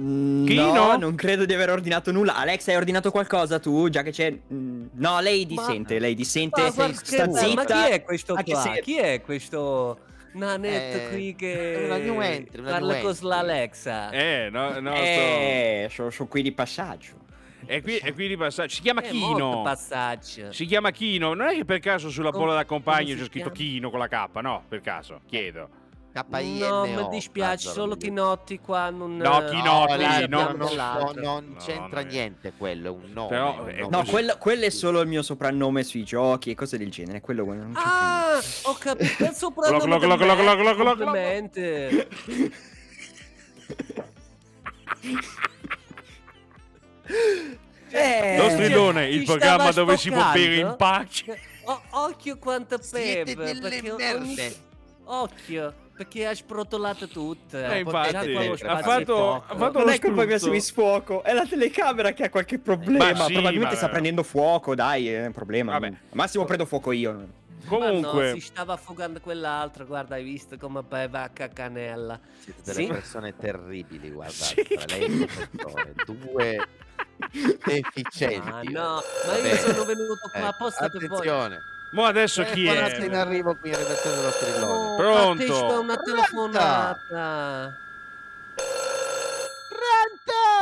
[SPEAKER 5] Mm,
[SPEAKER 1] Chino?
[SPEAKER 5] No, non credo di aver ordinato nulla. Alex, hai ordinato qualcosa tu? Già che c'è. Mm, No, lei dissente. Lei dissente.
[SPEAKER 6] Ma guarda che
[SPEAKER 5] sta
[SPEAKER 6] bello,
[SPEAKER 5] zitta.
[SPEAKER 6] Ma chi è questo
[SPEAKER 5] anche
[SPEAKER 6] qua?
[SPEAKER 5] se-
[SPEAKER 6] Chi è questo nanetto
[SPEAKER 2] Eh,
[SPEAKER 6] qui
[SPEAKER 2] è
[SPEAKER 6] che
[SPEAKER 2] una new entry, una
[SPEAKER 6] parla
[SPEAKER 2] new
[SPEAKER 6] con
[SPEAKER 2] entry.
[SPEAKER 6] l'Alexa?
[SPEAKER 1] Eh, no, no,
[SPEAKER 5] Eh, sono qui di passaggio.
[SPEAKER 1] sto- È, qui, è qui di passaggio. Si chiama
[SPEAKER 6] eh, cioè È molto
[SPEAKER 1] Chino.
[SPEAKER 6] passaggio.
[SPEAKER 1] Si chiama Chino. Non è che per caso sulla
[SPEAKER 6] Com-
[SPEAKER 1] bolla da compagno
[SPEAKER 6] come
[SPEAKER 1] c'è
[SPEAKER 6] si
[SPEAKER 1] scritto
[SPEAKER 6] chiama? Eh.
[SPEAKER 1] Chino con la K? No, per caso. Chiedo.
[SPEAKER 2] K-I-N-O.
[SPEAKER 6] No, mi dispiace,
[SPEAKER 2] Lazzaro,
[SPEAKER 6] solo
[SPEAKER 2] voglio dire.
[SPEAKER 6] Chinotti qua non...
[SPEAKER 1] No,
[SPEAKER 2] No,
[SPEAKER 1] Chinotti,
[SPEAKER 2] Lazzaro,
[SPEAKER 1] no,
[SPEAKER 2] non,
[SPEAKER 6] no,
[SPEAKER 2] non-
[SPEAKER 6] l'altro.
[SPEAKER 2] non
[SPEAKER 1] No,
[SPEAKER 2] c'entra
[SPEAKER 1] no,
[SPEAKER 2] niente quello, è un nome.
[SPEAKER 1] Però,
[SPEAKER 2] un
[SPEAKER 1] eh,
[SPEAKER 2] nome.
[SPEAKER 5] No,
[SPEAKER 1] Così.
[SPEAKER 5] quello, quello è solo il mio soprannome sui giochi e cose del genere. Quello non c'è
[SPEAKER 6] Ah, ho capito, il
[SPEAKER 1] Glock,
[SPEAKER 6] soprannome
[SPEAKER 1] glock, glock, glock, glock, glock.
[SPEAKER 6] completamente.
[SPEAKER 5] Eh,
[SPEAKER 1] Lo strillone,
[SPEAKER 6] Ci
[SPEAKER 1] il programma
[SPEAKER 6] stava
[SPEAKER 1] dove si può
[SPEAKER 6] stoccando?
[SPEAKER 1] bere in pace.
[SPEAKER 6] O- occhio quanto
[SPEAKER 2] Siete
[SPEAKER 6] beve,
[SPEAKER 2] delle
[SPEAKER 6] perché ogni...
[SPEAKER 2] merde.
[SPEAKER 6] Occhio, perché ha sprotolato tutto.
[SPEAKER 1] Eh, infatti,
[SPEAKER 6] Già quello
[SPEAKER 1] ha
[SPEAKER 6] spazio è
[SPEAKER 1] fatto,
[SPEAKER 6] poco.
[SPEAKER 1] ha fatto
[SPEAKER 5] non
[SPEAKER 1] lo
[SPEAKER 5] è colpa mia se
[SPEAKER 1] spruzzo.
[SPEAKER 5] mi sfoco, è la telecamera che ha qualche problema.
[SPEAKER 1] Ma sì,
[SPEAKER 5] Probabilmente
[SPEAKER 1] ma-
[SPEAKER 5] sta prendendo fuoco, dai, è un problema.
[SPEAKER 1] Vabbè.
[SPEAKER 5] Al Massimo prendo fuoco io.
[SPEAKER 1] Comunque,
[SPEAKER 6] Ma no, si stava affogando quell'altro, guarda, hai visto come beva a cacanella.
[SPEAKER 2] Siete delle
[SPEAKER 6] Sì.
[SPEAKER 2] persone terribili,
[SPEAKER 1] Sì,
[SPEAKER 2] guardate. Tra lei e il professore, due deficienti.
[SPEAKER 6] Ah no, ma
[SPEAKER 2] Va
[SPEAKER 6] io
[SPEAKER 2] bene.
[SPEAKER 6] sono venuto qua
[SPEAKER 2] Ecco,
[SPEAKER 6] apposta per voi.
[SPEAKER 2] Attenzione.
[SPEAKER 1] mo adesso chi
[SPEAKER 2] Ecco un attimo in
[SPEAKER 1] è?
[SPEAKER 2] arrivo qui in redazione dello strillone.
[SPEAKER 6] Oh,
[SPEAKER 1] Pronto?
[SPEAKER 6] partecipa a una
[SPEAKER 2] Pronto?
[SPEAKER 6] telefonata.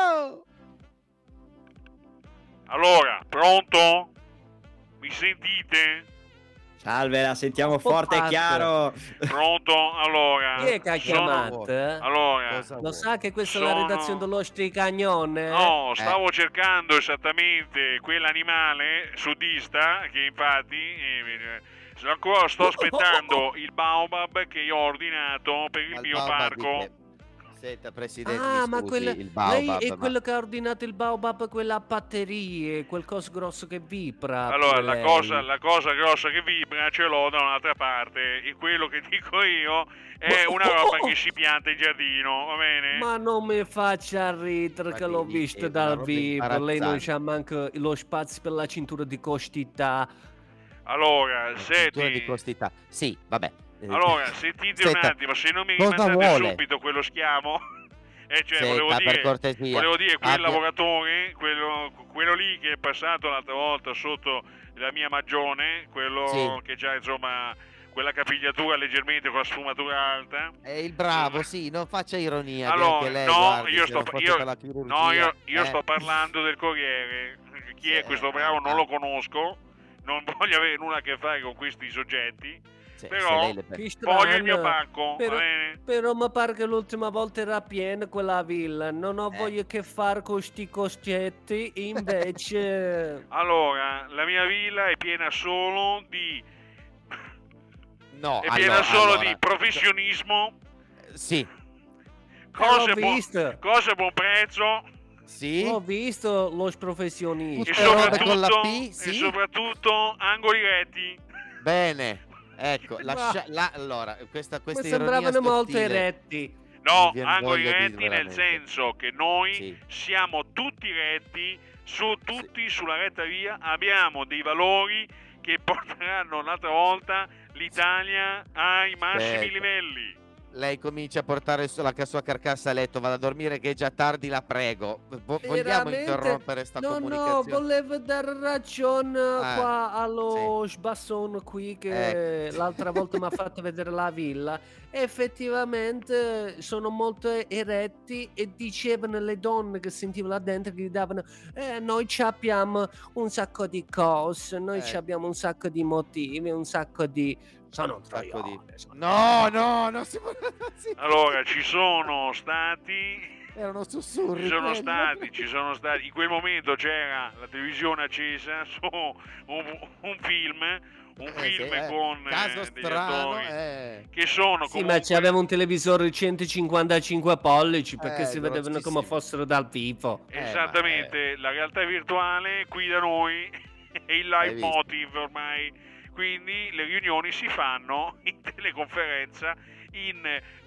[SPEAKER 2] Pronto?
[SPEAKER 7] Allora, pronto? Mi sentite?
[SPEAKER 5] Salve, la sentiamo
[SPEAKER 6] po'
[SPEAKER 5] forte e
[SPEAKER 6] pazzo.
[SPEAKER 5] chiaro.
[SPEAKER 7] Pronto?
[SPEAKER 1] Ah,
[SPEAKER 7] Allora.
[SPEAKER 6] Chi è che ha
[SPEAKER 7] sono-
[SPEAKER 6] chiamato?
[SPEAKER 7] Allora.
[SPEAKER 2] Cosa
[SPEAKER 6] Lo
[SPEAKER 2] vuoi?
[SPEAKER 6] sa che questa è la
[SPEAKER 7] Sono-
[SPEAKER 6] redazione dello
[SPEAKER 2] Eh,
[SPEAKER 6] Stricagnone?
[SPEAKER 7] No, stavo cercando esattamente quell'animale sudista che infatti eh, eh, sto ancora sto aspettando il baobab che io ho ordinato per il
[SPEAKER 2] Ma
[SPEAKER 7] mio
[SPEAKER 2] baobab di
[SPEAKER 7] parco.
[SPEAKER 2] che- Senta, presidente,
[SPEAKER 6] Ah,
[SPEAKER 2] mi
[SPEAKER 6] ma
[SPEAKER 2] scusi,
[SPEAKER 6] quella...
[SPEAKER 2] il baobab,
[SPEAKER 6] lei è
[SPEAKER 2] ma-
[SPEAKER 6] quello che ha ordinato il baobab, quella a batterie, quel coso grosso che vibra.
[SPEAKER 7] Allora,
[SPEAKER 6] pure
[SPEAKER 7] la
[SPEAKER 6] lei.
[SPEAKER 7] cosa, la cosa grossa che vibra ce l'ho da un'altra parte e quello che dico io è una roba che si pianta in giardino, va bene?
[SPEAKER 6] Ma non mi faccia ridere
[SPEAKER 2] Ma
[SPEAKER 6] che l'ho
[SPEAKER 2] dimmi, è
[SPEAKER 6] visto
[SPEAKER 2] una
[SPEAKER 6] dal
[SPEAKER 2] roba
[SPEAKER 6] vivo. Lei non
[SPEAKER 2] imbarazzante.
[SPEAKER 6] c'ha manco lo spazio per la cintura di costità.
[SPEAKER 2] Eh.
[SPEAKER 7] Allora,
[SPEAKER 2] Cultura di
[SPEAKER 7] senti,
[SPEAKER 2] costità. Sì, vabbè. Eh,
[SPEAKER 7] allora, sentite un
[SPEAKER 2] Senta,
[SPEAKER 7] attimo, se non mi
[SPEAKER 2] cosa
[SPEAKER 7] rimandate
[SPEAKER 2] vuole?
[SPEAKER 7] subito quello schiavo, Eh, cioè,
[SPEAKER 2] Senta,
[SPEAKER 7] volevo,
[SPEAKER 2] per
[SPEAKER 7] dire,
[SPEAKER 2] cortesia,
[SPEAKER 7] volevo dire,
[SPEAKER 2] abbia-
[SPEAKER 7] quell'avogatore, quello, quello lì che è passato l'altra volta sotto la mia magione, quello
[SPEAKER 2] Sì.
[SPEAKER 7] che ha insomma quella capigliatura leggermente con la sfumatura alta.
[SPEAKER 2] È Eh, il bravo, sì, non faccia ironia. che
[SPEAKER 7] Allora,
[SPEAKER 2] anche lei,
[SPEAKER 7] no,
[SPEAKER 2] guardi,
[SPEAKER 7] io
[SPEAKER 2] se
[SPEAKER 7] sto
[SPEAKER 2] non
[SPEAKER 7] fa-
[SPEAKER 2] fosse
[SPEAKER 7] io-
[SPEAKER 2] per la chirurgia,
[SPEAKER 7] No, io, io
[SPEAKER 2] eh.
[SPEAKER 7] sto parlando del Corriere. Chi è
[SPEAKER 2] Sì,
[SPEAKER 7] questo bravo
[SPEAKER 2] ah.
[SPEAKER 7] non lo conosco, non voglio avere nulla a che fare con questi soggetti.
[SPEAKER 2] Se- se
[SPEAKER 7] però-
[SPEAKER 2] lei le per-
[SPEAKER 6] Che
[SPEAKER 7] Voglio il
[SPEAKER 6] strano.
[SPEAKER 7] mio banco,
[SPEAKER 6] Però-
[SPEAKER 7] va bene?
[SPEAKER 6] Però mi pare che l'ultima volta era piena quella villa, non ho
[SPEAKER 2] Eh.
[SPEAKER 6] voglia che fare con sti costetti, invece...
[SPEAKER 2] Ah,
[SPEAKER 7] Allora, la mia villa è piena solo di...
[SPEAKER 2] No,
[SPEAKER 7] è piena
[SPEAKER 2] Oh, allora-
[SPEAKER 7] solo
[SPEAKER 2] allora-
[SPEAKER 7] di professionismo,
[SPEAKER 2] Sì,
[SPEAKER 7] cose,
[SPEAKER 6] l'ho
[SPEAKER 7] bu-
[SPEAKER 6] visto.
[SPEAKER 7] cose a buon prezzo
[SPEAKER 2] sì.
[SPEAKER 6] Ho visto lo professionisti.
[SPEAKER 7] e
[SPEAKER 2] Tutte robe
[SPEAKER 7] soprattutto,
[SPEAKER 2] con la P,
[SPEAKER 7] e
[SPEAKER 2] sì.
[SPEAKER 7] soprattutto angoli retti.
[SPEAKER 2] Bene, ecco,
[SPEAKER 6] Ma-
[SPEAKER 2] lascia, la- allora, questa,
[SPEAKER 6] Mi
[SPEAKER 2] questa ironia
[SPEAKER 6] sembravano molto
[SPEAKER 2] sottile-
[SPEAKER 6] eretti.
[SPEAKER 7] No,
[SPEAKER 2] Mi viene
[SPEAKER 7] angoli
[SPEAKER 2] voglia di-
[SPEAKER 7] retti nel
[SPEAKER 2] veramente.
[SPEAKER 7] senso che noi
[SPEAKER 2] Sì.
[SPEAKER 7] siamo tutti retti, su tutti sulla retta via, abbiamo dei valori che porteranno un'altra volta l'Italia ai massimi
[SPEAKER 2] Aspetta.
[SPEAKER 7] livelli.
[SPEAKER 2] Lei comincia a portare su- la sua carcassa a letto, vada a dormire che è già tardi, la prego. Vo- vogliamo
[SPEAKER 6] Veramente?
[SPEAKER 2] interrompere sta
[SPEAKER 6] No, no,
[SPEAKER 2] comunicazione?
[SPEAKER 6] volevo dare ragione
[SPEAKER 2] Ah,
[SPEAKER 6] qua allo sbasson qui che
[SPEAKER 2] Ecco.
[SPEAKER 6] l'altra volta mi ha fatto vedere la villa. Effettivamente eh, sono molto eretti e dicevano le donne che sentivano là dentro che gridavano "Eh, noi ci abbiamo un sacco di cose, noi ci
[SPEAKER 2] Ecco.
[SPEAKER 6] abbiamo un sacco di motivi, un sacco di... Sono
[SPEAKER 2] Un sacco di-
[SPEAKER 6] troiate, sono-
[SPEAKER 2] No, no, non si può... non si-
[SPEAKER 7] Allora, ci sono stati
[SPEAKER 2] Erano sussurri.
[SPEAKER 7] Ci sono
[SPEAKER 2] quelli.
[SPEAKER 7] stati, ci sono stati. In quel momento c'era la televisione accesa su un, un film, un
[SPEAKER 2] Eh, sì,
[SPEAKER 7] film
[SPEAKER 2] eh.
[SPEAKER 7] con eh,
[SPEAKER 2] Caso
[SPEAKER 7] degli
[SPEAKER 2] strano,
[SPEAKER 7] attori
[SPEAKER 2] eh.
[SPEAKER 7] che sono
[SPEAKER 6] Sì, ma
[SPEAKER 7] comunque
[SPEAKER 6] c'aveva un televisore 155 pollici perché
[SPEAKER 2] Eh,
[SPEAKER 6] si vedevano come
[SPEAKER 2] grossissimo.
[SPEAKER 6] fossero dal vivo.
[SPEAKER 2] eh, ma,
[SPEAKER 7] esattamente la realtà virtuale qui da noi è il
[SPEAKER 2] Hai
[SPEAKER 7] live
[SPEAKER 2] visto?
[SPEAKER 7] motive ormai. Quindi le riunioni si fanno in teleconferenza in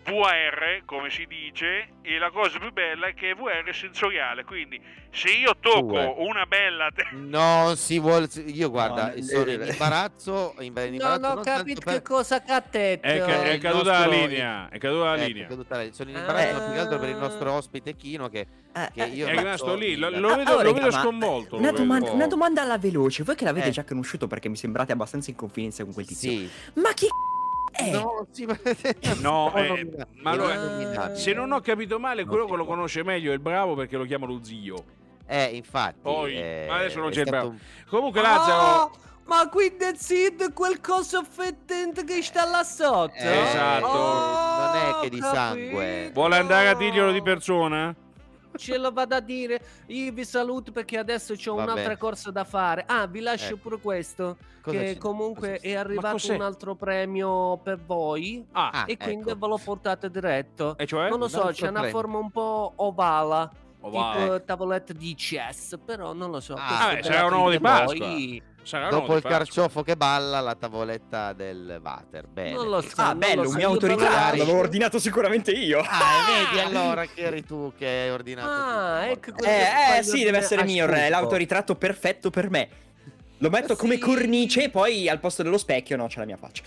[SPEAKER 7] VR, come si dice, e la cosa più bella è che è VR sensoriale, quindi se io tocco
[SPEAKER 2] Due.
[SPEAKER 7] una bella te-
[SPEAKER 2] Non si vuole. Io guarda,
[SPEAKER 5] No,
[SPEAKER 2] sono in
[SPEAKER 5] eh,
[SPEAKER 2] imbarazzo. In in imbarazzo
[SPEAKER 6] Non ho
[SPEAKER 2] tanto
[SPEAKER 6] capito
[SPEAKER 2] per-
[SPEAKER 6] che cosa che ha detto.
[SPEAKER 1] È, ca- è
[SPEAKER 2] il
[SPEAKER 1] caduta la
[SPEAKER 2] nostro-
[SPEAKER 1] linea. È caduta la
[SPEAKER 2] Ecco,
[SPEAKER 1] linea.
[SPEAKER 2] caduta la- Sono in
[SPEAKER 6] Ah.
[SPEAKER 2] imbarazzo più che altro per il nostro ospite Chino. Che, che io
[SPEAKER 1] È
[SPEAKER 2] non
[SPEAKER 1] rimasto
[SPEAKER 2] so
[SPEAKER 1] lì. Lo,
[SPEAKER 2] nulla.
[SPEAKER 1] Eh, lo vedo,
[SPEAKER 5] Eh, ah, Allora,
[SPEAKER 1] lo vedo
[SPEAKER 5] ma-
[SPEAKER 1] sconvolto.
[SPEAKER 5] Una
[SPEAKER 1] lo vedo.
[SPEAKER 5] domanda,
[SPEAKER 2] vedo.
[SPEAKER 5] una domanda alla veloce, voi che l'avete
[SPEAKER 2] Eh.
[SPEAKER 5] già conosciuto perché mi sembrate abbastanza in confidenza con quel tizio.
[SPEAKER 2] Sì.
[SPEAKER 5] Ma chi
[SPEAKER 6] Eh.
[SPEAKER 5] è?
[SPEAKER 2] No, sì, ma...
[SPEAKER 1] No, eh,
[SPEAKER 2] nominato,
[SPEAKER 1] ma allora-
[SPEAKER 2] non
[SPEAKER 6] Ah.
[SPEAKER 2] nominato.
[SPEAKER 1] Se non ho capito male,
[SPEAKER 2] Non
[SPEAKER 1] quello
[SPEAKER 2] si
[SPEAKER 1] che lo
[SPEAKER 2] può.
[SPEAKER 1] conosce meglio è il bravo perché lo chiama lo zio.
[SPEAKER 2] Eh, infatti.
[SPEAKER 1] Poi,
[SPEAKER 2] eh,
[SPEAKER 1] ma adesso non
[SPEAKER 2] è
[SPEAKER 1] c'è il
[SPEAKER 2] stato
[SPEAKER 1] bravo. Comunque,
[SPEAKER 6] Ah,
[SPEAKER 1] Lazzaro.
[SPEAKER 6] ma quindi Zid quel coso offendente che sta là sotto? Oh,
[SPEAKER 2] Eh,
[SPEAKER 1] esatto.
[SPEAKER 2] Non è che di
[SPEAKER 6] capito.
[SPEAKER 2] sangue.
[SPEAKER 1] Vuole andare a dirglielo di persona?
[SPEAKER 6] Ce lo vado a dire. Io vi saluto perché adesso ho
[SPEAKER 2] Va
[SPEAKER 6] un'altra
[SPEAKER 2] bene.
[SPEAKER 6] corsa da fare. Ah, vi lascio
[SPEAKER 2] Ecco.
[SPEAKER 6] pure questo.
[SPEAKER 2] Cosa
[SPEAKER 6] che
[SPEAKER 2] c'è?
[SPEAKER 6] comunque
[SPEAKER 2] Cosa c'è?
[SPEAKER 6] è arrivato
[SPEAKER 1] cos'è?
[SPEAKER 6] un altro premio per voi.
[SPEAKER 1] Ah,
[SPEAKER 2] Ah,
[SPEAKER 6] e quindi
[SPEAKER 2] ecco.
[SPEAKER 6] ve l'ho portato diretto.
[SPEAKER 1] e cioè?
[SPEAKER 6] non lo
[SPEAKER 2] un
[SPEAKER 6] so,
[SPEAKER 2] altro
[SPEAKER 6] c'è una
[SPEAKER 2] premio.
[SPEAKER 6] forma un po' ovala,
[SPEAKER 1] Oh, va.
[SPEAKER 6] tipo tavoletta di chess, però non lo so.
[SPEAKER 2] Ah,
[SPEAKER 6] questo
[SPEAKER 2] vabbè,
[SPEAKER 6] ve
[SPEAKER 2] sarà
[SPEAKER 6] lo
[SPEAKER 1] un uovo di
[SPEAKER 6] dite
[SPEAKER 1] Pasqua.
[SPEAKER 6] voi.
[SPEAKER 1] Sarà
[SPEAKER 2] Dopo
[SPEAKER 1] notte,
[SPEAKER 2] il
[SPEAKER 1] faccio.
[SPEAKER 2] carciofo che balla, la tavoletta del water. Bene.
[SPEAKER 6] Non lo so.
[SPEAKER 5] Ah,
[SPEAKER 6] non lo
[SPEAKER 5] bello,
[SPEAKER 6] so,
[SPEAKER 5] un
[SPEAKER 6] io
[SPEAKER 5] mio
[SPEAKER 6] ve lo
[SPEAKER 5] autoritratto,
[SPEAKER 2] magari-
[SPEAKER 6] lascio.
[SPEAKER 5] l'avevo ordinato sicuramente io.
[SPEAKER 2] Ah, e vedi allora che eri tu che hai ordinato.
[SPEAKER 6] Ah,
[SPEAKER 2] tutto.
[SPEAKER 6] ecco
[SPEAKER 2] Porca-
[SPEAKER 6] quello
[SPEAKER 5] Eh,
[SPEAKER 6] che
[SPEAKER 5] eh,
[SPEAKER 6] voglio
[SPEAKER 5] sì,
[SPEAKER 6] dire
[SPEAKER 5] deve essere
[SPEAKER 6] a
[SPEAKER 5] mio il re,
[SPEAKER 6] Sturzo.
[SPEAKER 5] l'autoritratto perfetto per me. Lo metto come
[SPEAKER 6] Sì.
[SPEAKER 5] cornice e poi al posto dello specchio no, c'è la mia faccia.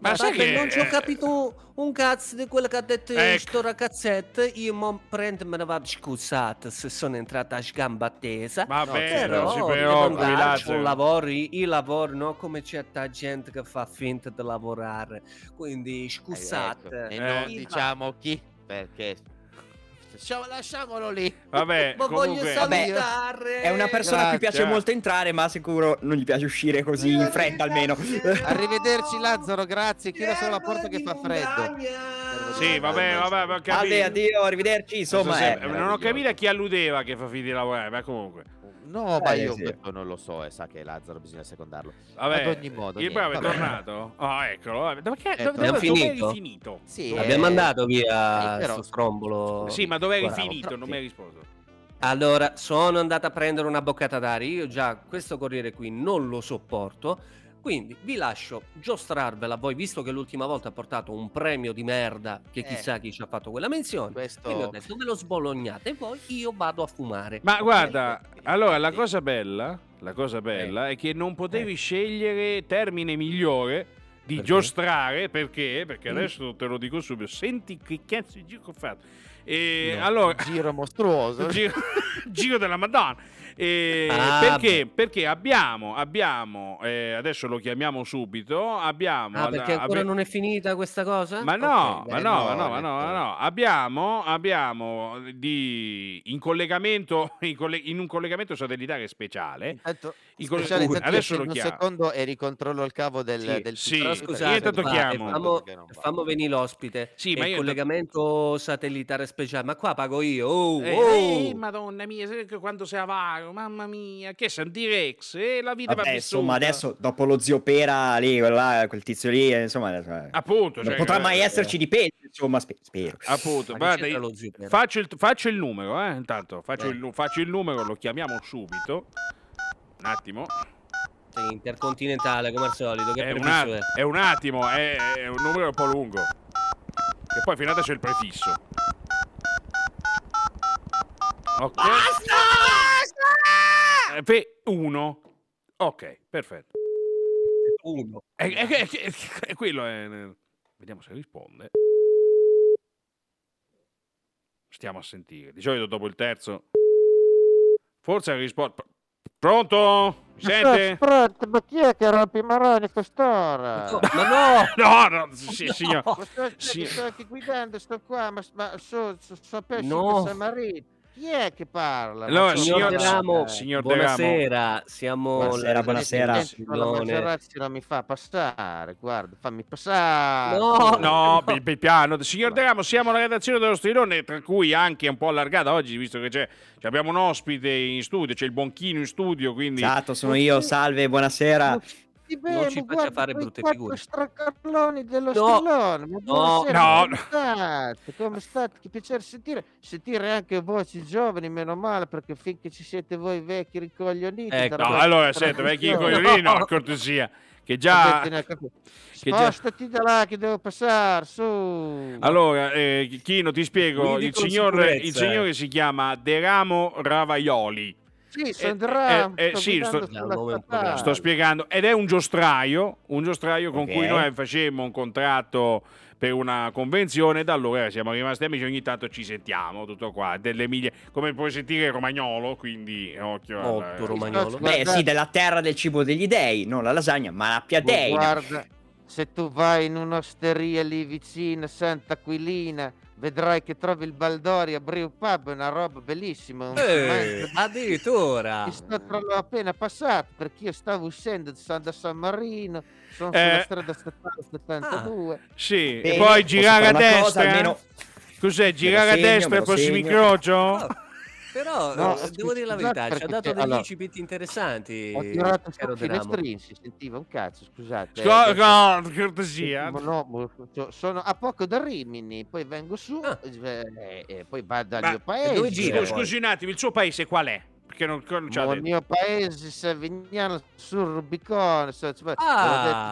[SPEAKER 1] Ma sai
[SPEAKER 6] Vabbè,
[SPEAKER 1] che-
[SPEAKER 6] non ci ho capito un cazzo di quello che ha detto
[SPEAKER 1] Ecco.
[SPEAKER 6] sto ragazzetto. Io mo prendo e me ne vado scusate se sono entrata a sgamba tesa.
[SPEAKER 1] Va
[SPEAKER 2] No,
[SPEAKER 1] bene,
[SPEAKER 2] però
[SPEAKER 1] eh, non si
[SPEAKER 6] devo
[SPEAKER 1] preoccupi,
[SPEAKER 6] andare,
[SPEAKER 1] Lazzaro.
[SPEAKER 6] ho lavori, io lavoro, non come certa gente che fa finta di lavorare. Quindi
[SPEAKER 2] Ecco,
[SPEAKER 6] scusate.
[SPEAKER 2] E
[SPEAKER 1] Eh.
[SPEAKER 2] non diciamo chi, perché Lasciamo- lasciamolo lì.
[SPEAKER 1] Vabbè,
[SPEAKER 6] Ma voglio
[SPEAKER 1] comunque,
[SPEAKER 5] Vabbè,
[SPEAKER 6] salutare.
[SPEAKER 5] È una persona a cui
[SPEAKER 2] Grazie.
[SPEAKER 5] piace molto entrare, ma sicuro non gli piace uscire così in fretta almeno.
[SPEAKER 2] Arrivederci Lazzaro, grazie. Chiudo solo la porta che fa freddo.
[SPEAKER 1] sì, vabbè, vabbè, ho capito.
[SPEAKER 5] Vabbè, addio, arrivederci,
[SPEAKER 1] Non
[SPEAKER 5] insomma.
[SPEAKER 1] so
[SPEAKER 5] eh.
[SPEAKER 1] se-
[SPEAKER 2] è
[SPEAKER 1] non ho
[SPEAKER 2] meraviglioso.
[SPEAKER 1] capito a chi alludeva che fa finta di lavorare, eh, ma comunque.
[SPEAKER 2] No, ma
[SPEAKER 5] Eh,
[SPEAKER 2] io
[SPEAKER 5] sì.
[SPEAKER 2] questo non lo so, eh, sa che Lazzaro bisogna secondarlo.
[SPEAKER 1] Vabbè,
[SPEAKER 2] Ad ogni modo,
[SPEAKER 1] il
[SPEAKER 2] niente,
[SPEAKER 1] bravo è
[SPEAKER 2] vabbè.
[SPEAKER 1] tornato. Ah, eccolo. vabbè. Dove, che-
[SPEAKER 2] Ecco.
[SPEAKER 1] dove- dove-
[SPEAKER 6] Abbiamo
[SPEAKER 1] dove
[SPEAKER 6] finito?
[SPEAKER 1] eri finito?
[SPEAKER 2] Sì,
[SPEAKER 1] Dove-
[SPEAKER 2] eh,
[SPEAKER 6] Abbiamo mandato via
[SPEAKER 2] eh, però-
[SPEAKER 6] sto strombolo.
[SPEAKER 1] Sì, ma dove eri
[SPEAKER 6] Bravo.
[SPEAKER 1] finito? Non
[SPEAKER 2] Sì.
[SPEAKER 1] mi hai risposto.
[SPEAKER 6] Allora, sono andata a prendere una boccata d'aria. Io già questo corriere qui non lo sopporto. Quindi vi lascio giostrarvela voi, visto che l'ultima volta ha portato un premio di merda che
[SPEAKER 2] Eh.
[SPEAKER 6] chissà chi ci ha fatto quella menzione. Quindi ho
[SPEAKER 2] Questo
[SPEAKER 6] detto, ve lo sbolognate voi, io vado a fumare.
[SPEAKER 1] Ma
[SPEAKER 6] eh,
[SPEAKER 1] guarda,
[SPEAKER 2] sì.
[SPEAKER 1] allora la
[SPEAKER 2] Sì.
[SPEAKER 1] cosa bella, la cosa bella è che non potevi scegliere termine migliore di
[SPEAKER 6] Eh. Perché? Mm.
[SPEAKER 1] giostrare perché? Perché adesso te lo dico subito, senti che cazzo di gioco ho fatto. E
[SPEAKER 2] No,
[SPEAKER 1] Eh, allora,
[SPEAKER 2] Giro mostruoso.
[SPEAKER 1] giro, giro della Madonna. E
[SPEAKER 4] Ah,
[SPEAKER 1] perché? Perché abbiamo, abbiamo eh, adesso lo chiamiamo subito. Abbiamo
[SPEAKER 6] Ah, perché
[SPEAKER 1] alla-
[SPEAKER 6] ancora
[SPEAKER 1] abbi-
[SPEAKER 6] non è finita questa cosa?
[SPEAKER 1] ma no,
[SPEAKER 6] Ok,
[SPEAKER 1] ma
[SPEAKER 6] bene.
[SPEAKER 1] no, ma
[SPEAKER 2] no,
[SPEAKER 1] no, ma
[SPEAKER 2] detto-
[SPEAKER 1] no, ma no. Abbiamo, abbiamo eh, di, in collegamento, in, colle- in un collegamento satellitare speciale.
[SPEAKER 5] Ah,
[SPEAKER 2] Intanto,
[SPEAKER 1] I colori-
[SPEAKER 2] speciale,
[SPEAKER 1] Uh,
[SPEAKER 2] intanto io
[SPEAKER 1] adesso lo
[SPEAKER 2] prendo un
[SPEAKER 1] chiamo.
[SPEAKER 2] secondo e ricontrollo il cavo del,
[SPEAKER 4] Sì,
[SPEAKER 2] del
[SPEAKER 1] sì.
[SPEAKER 2] PC,
[SPEAKER 4] Però
[SPEAKER 1] Sì,
[SPEAKER 4] scusate,
[SPEAKER 1] io intanto
[SPEAKER 4] va,
[SPEAKER 1] chiamo.
[SPEAKER 4] e Famo,
[SPEAKER 2] Perché non va.
[SPEAKER 4] fammo venire l'ospite.
[SPEAKER 1] Sì,
[SPEAKER 4] Sì,
[SPEAKER 1] ma io-
[SPEAKER 6] collegamento satellitare speciale, ma qua pago io. Oh,
[SPEAKER 1] Eh,
[SPEAKER 6] oh.
[SPEAKER 1] ehi, madonna mia, sai che quando sei avaro, mamma mia, che Santirex, eh, la vita
[SPEAKER 5] Vabbè,
[SPEAKER 1] va
[SPEAKER 5] insomma,
[SPEAKER 1] vissuta.
[SPEAKER 5] adesso dopo lo zio Pera lì, quel, là, quel tizio lì, eh, insomma, adesso, eh,
[SPEAKER 1] Appunto,
[SPEAKER 5] non
[SPEAKER 1] cioè,
[SPEAKER 5] potrà mai
[SPEAKER 1] eh,
[SPEAKER 5] esserci di peggio, insomma, spe- spero.
[SPEAKER 1] Appunto,
[SPEAKER 4] Ma che
[SPEAKER 1] guarda,
[SPEAKER 4] c'entra
[SPEAKER 1] io
[SPEAKER 4] lo zio Piero?
[SPEAKER 1] faccio, il, faccio il numero, eh, intanto, faccio il, nu- faccio il numero, lo chiamiamo subito. Un attimo.
[SPEAKER 4] Sì, intercontinentale come al solito. Che
[SPEAKER 1] È un,
[SPEAKER 4] prefisso
[SPEAKER 1] at-
[SPEAKER 4] è?
[SPEAKER 1] è un attimo, è, è un numero un po' lungo. E poi finata c'è il prefisso. Ok.
[SPEAKER 4] Ah!
[SPEAKER 1] Eh, pe- uno. Ok, perfetto.
[SPEAKER 4] Uno.
[SPEAKER 1] E e- e- e- quello è. Vediamo se risponde. Stiamo a sentire. Di solito dopo il terzo. Forse risponde. Pr- Pronto? Mi sente?
[SPEAKER 2] Pronto, ma chi è che rompe i maroni quest'ora?
[SPEAKER 4] No, ma no!
[SPEAKER 1] No, no, sì, signor.
[SPEAKER 2] Ma sto,
[SPEAKER 1] Sì.
[SPEAKER 2] sto anche guidando, sto qua, ma, ma so, so, so pesce
[SPEAKER 4] No.
[SPEAKER 2] che San Marino. Chi è che parla?
[SPEAKER 1] Allora,
[SPEAKER 2] Ma so-
[SPEAKER 1] signor
[SPEAKER 4] Signor
[SPEAKER 1] De
[SPEAKER 2] guarda,
[SPEAKER 1] Ramo,
[SPEAKER 2] eh.
[SPEAKER 1] signor De Ramo.
[SPEAKER 4] Buonasera, siamo
[SPEAKER 5] Buonasera,
[SPEAKER 4] la-
[SPEAKER 5] buonasera.
[SPEAKER 4] la-
[SPEAKER 2] Senti, La Maserati non mi fa passare, guarda, fammi passare.
[SPEAKER 4] Oh, No,
[SPEAKER 1] No, pi- pi- piano. Signor De Ramo, siamo alla redazione dello Strilone, tra cui anche un po' allargata oggi, visto che c'è, c'è- abbiamo un ospite in studio, c'è il Bonchino in studio, quindi...
[SPEAKER 5] Esatto, sono io, salve, buonasera.
[SPEAKER 2] Ti bemo,
[SPEAKER 4] non ci faccia
[SPEAKER 2] guarda
[SPEAKER 4] fare
[SPEAKER 2] quei
[SPEAKER 4] brutte
[SPEAKER 2] quattro
[SPEAKER 4] figure.
[SPEAKER 2] stracarloni dello
[SPEAKER 4] No,
[SPEAKER 2] Stallone, ma buonasera,
[SPEAKER 1] no,
[SPEAKER 2] come state? Come state? Che piacere sentire, sentire anche voci giovani, meno male, perché finché ci siete voi vecchi ricoglioniti.
[SPEAKER 4] Ecco.
[SPEAKER 1] No, allora, senta, vecchio cogliolino, cortesia, che già... che già-
[SPEAKER 2] Spostati da là che devo passare, su.
[SPEAKER 1] Allora, eh, Chino, ti spiego,
[SPEAKER 4] Guidi
[SPEAKER 1] il
[SPEAKER 4] con
[SPEAKER 1] signore, il
[SPEAKER 4] sicurezza, eh.
[SPEAKER 1] signore si chiama De Ramo Ravaioli.
[SPEAKER 2] Sì,
[SPEAKER 1] eh,
[SPEAKER 2] sono dram,
[SPEAKER 1] eh, eh,
[SPEAKER 2] sto
[SPEAKER 1] sì,
[SPEAKER 2] guidando
[SPEAKER 1] sto-
[SPEAKER 2] sulla
[SPEAKER 4] No, nome è un po'
[SPEAKER 2] statale.
[SPEAKER 4] grande.
[SPEAKER 1] Sto spiegando, ed è un giostraio, un giostraio con
[SPEAKER 5] Ah. Ok.
[SPEAKER 1] cui noi facemmo un contratto per una convenzione, da allora siamo rimasti amici, ogni tanto ci sentiamo, tutto qua, delle miglia, come puoi sentire è romagnolo, quindi occhio. al-
[SPEAKER 4] Molto romagnolo.
[SPEAKER 5] Beh,
[SPEAKER 2] Guarda-
[SPEAKER 5] sì, della terra del cibo degli dei, non la lasagna, ma la
[SPEAKER 2] Ma
[SPEAKER 5] piadei.
[SPEAKER 2] Guarda, se tu vai in un'osteria lì vicino, Sant'Aquilina, vedrai che trovi il Baldoria Brew Pub, è una roba bellissima. un
[SPEAKER 4] Eh,
[SPEAKER 2] manco-
[SPEAKER 1] Ah.
[SPEAKER 4] addirittura.
[SPEAKER 2] Ti sto tra- l'ho appena passato perché io stavo uscendo sono da San Marino, sono
[SPEAKER 1] Eh.
[SPEAKER 2] sulla strada statale 72.
[SPEAKER 1] Sì, e
[SPEAKER 5] Bene,
[SPEAKER 1] poi
[SPEAKER 5] posso
[SPEAKER 1] girare a
[SPEAKER 5] fare una cosa,
[SPEAKER 1] destra.
[SPEAKER 5] almeno-
[SPEAKER 1] Cos'è? Girare a
[SPEAKER 5] segno,
[SPEAKER 1] destra
[SPEAKER 5] me
[SPEAKER 1] e
[SPEAKER 5] lo
[SPEAKER 1] prossimo
[SPEAKER 5] segno.
[SPEAKER 1] incrocio?
[SPEAKER 4] Però
[SPEAKER 2] No,
[SPEAKER 4] eh, devo dire la
[SPEAKER 2] scusate,
[SPEAKER 4] verità, ci ha
[SPEAKER 2] perché
[SPEAKER 4] dato
[SPEAKER 2] c'è-
[SPEAKER 4] degli
[SPEAKER 2] allora,
[SPEAKER 4] incipit
[SPEAKER 1] Ah,
[SPEAKER 4] interessanti.
[SPEAKER 1] eh,
[SPEAKER 2] Ho tirato
[SPEAKER 4] caro
[SPEAKER 2] sul
[SPEAKER 4] De Ramo.
[SPEAKER 2] finestrino, si sentiva un cazzo, scusate.
[SPEAKER 1] Sco-
[SPEAKER 2] eh, adesso-
[SPEAKER 1] no, eh. cortesia.
[SPEAKER 2] Ma no, mo- so- sono a poco da Rimini, poi vengo su
[SPEAKER 4] Ah.
[SPEAKER 2] eh, e poi vado al
[SPEAKER 1] Ma-
[SPEAKER 2] mio paese. eh.
[SPEAKER 4] dove gira?
[SPEAKER 1] Scusi, scusi un attimo, il suo paese qual è? Perché non, non ci ha
[SPEAKER 2] Ma il
[SPEAKER 1] detto.
[SPEAKER 2] mio paese Savignano sul Rubicone. so- so-
[SPEAKER 4] Ah.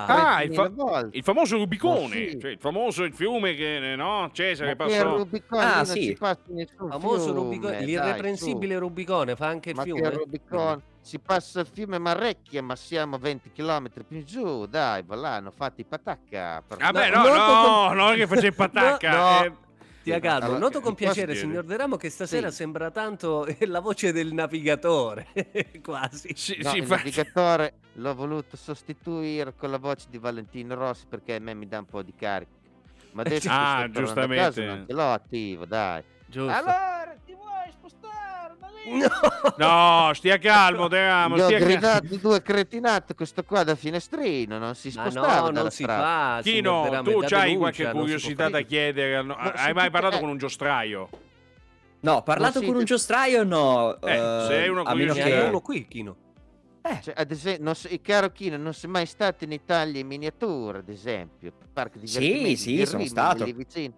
[SPEAKER 2] l'ho detto
[SPEAKER 1] Ah, il, fa-
[SPEAKER 2] 30.000 volte.
[SPEAKER 1] il famoso Rubicone,
[SPEAKER 2] Ma sì.
[SPEAKER 1] cioè il famoso il fiume che eh, no, Cesare
[SPEAKER 2] Ma che
[SPEAKER 1] passò.
[SPEAKER 2] Rubicone
[SPEAKER 5] Ah,
[SPEAKER 2] non
[SPEAKER 5] sì.
[SPEAKER 2] ci passa nessun
[SPEAKER 4] Famoso
[SPEAKER 2] fiume,
[SPEAKER 4] Rubicone,
[SPEAKER 2] dai,
[SPEAKER 4] l'irreprensibile Rubicone fa anche
[SPEAKER 2] su.
[SPEAKER 4] il
[SPEAKER 2] Ma
[SPEAKER 4] fiume.
[SPEAKER 2] che Rubicone si passa il fiume Marecchia, ma siamo 20 km più in giù. Dai, va là, hanno fatto i patacca. Certo. per-
[SPEAKER 1] Vabbè,
[SPEAKER 4] No,
[SPEAKER 1] no,
[SPEAKER 4] molto
[SPEAKER 1] no,
[SPEAKER 4] con-
[SPEAKER 1] no, che faceva patacca.
[SPEAKER 4] No, no.
[SPEAKER 1] eh.
[SPEAKER 4] Stia calmo,
[SPEAKER 2] Allora,
[SPEAKER 4] noto con
[SPEAKER 2] mi
[SPEAKER 4] piacere,
[SPEAKER 1] posso
[SPEAKER 4] signor De Ramo, che stasera
[SPEAKER 2] Sì.
[SPEAKER 4] sembra tanto eh, la voce del navigatore, quasi.
[SPEAKER 1] Sì,
[SPEAKER 2] No,
[SPEAKER 1] sì,
[SPEAKER 2] il
[SPEAKER 1] fa-
[SPEAKER 2] navigatore l'ho voluto sostituire con la voce di Valentino Rossi perché a me mi dà un po' di carica. Ma adesso che
[SPEAKER 1] Ah,
[SPEAKER 2] sto tornando a
[SPEAKER 1] giustamente.
[SPEAKER 2] casa non ce l'ho attivo, dai.
[SPEAKER 4] Giusto.
[SPEAKER 2] Allora, ti vuoi spostare? da lì?
[SPEAKER 1] No, stia calmo, De Ramo,
[SPEAKER 2] Gli ho
[SPEAKER 1] stia calmo.
[SPEAKER 2] gridato due cretinate, questo qua da finestrino, non si
[SPEAKER 4] Ma
[SPEAKER 2] spostava
[SPEAKER 4] no,
[SPEAKER 2] dalla
[SPEAKER 4] non si
[SPEAKER 2] strada.
[SPEAKER 4] fa. signor De
[SPEAKER 1] Chino,
[SPEAKER 4] Ramo,
[SPEAKER 1] tu
[SPEAKER 4] è da
[SPEAKER 1] c'hai
[SPEAKER 4] denuncia,
[SPEAKER 1] qualche
[SPEAKER 4] non si può
[SPEAKER 1] curiosità da
[SPEAKER 4] fare.
[SPEAKER 1] chiedere? al- no-
[SPEAKER 2] Ma
[SPEAKER 1] Hai mai
[SPEAKER 2] sentite,
[SPEAKER 1] parlato
[SPEAKER 2] eh.
[SPEAKER 1] con un giostraio?
[SPEAKER 5] No, ho parlato
[SPEAKER 2] Non siete-
[SPEAKER 5] con un giostraio, no.
[SPEAKER 1] Eh, se è uno
[SPEAKER 5] a meno
[SPEAKER 1] curioso-
[SPEAKER 4] Ne hai
[SPEAKER 5] che...
[SPEAKER 4] uno qui, Chino.
[SPEAKER 2] Cioè, ad esempio, non so- il caro Chino, non sei mai stato in Italia in miniatura, ad esempio. Parco di
[SPEAKER 5] Sì,
[SPEAKER 2] divertimenti
[SPEAKER 5] sì,
[SPEAKER 2] di
[SPEAKER 5] sono
[SPEAKER 2] Rimini,
[SPEAKER 5] stato.
[SPEAKER 2] lì vicino.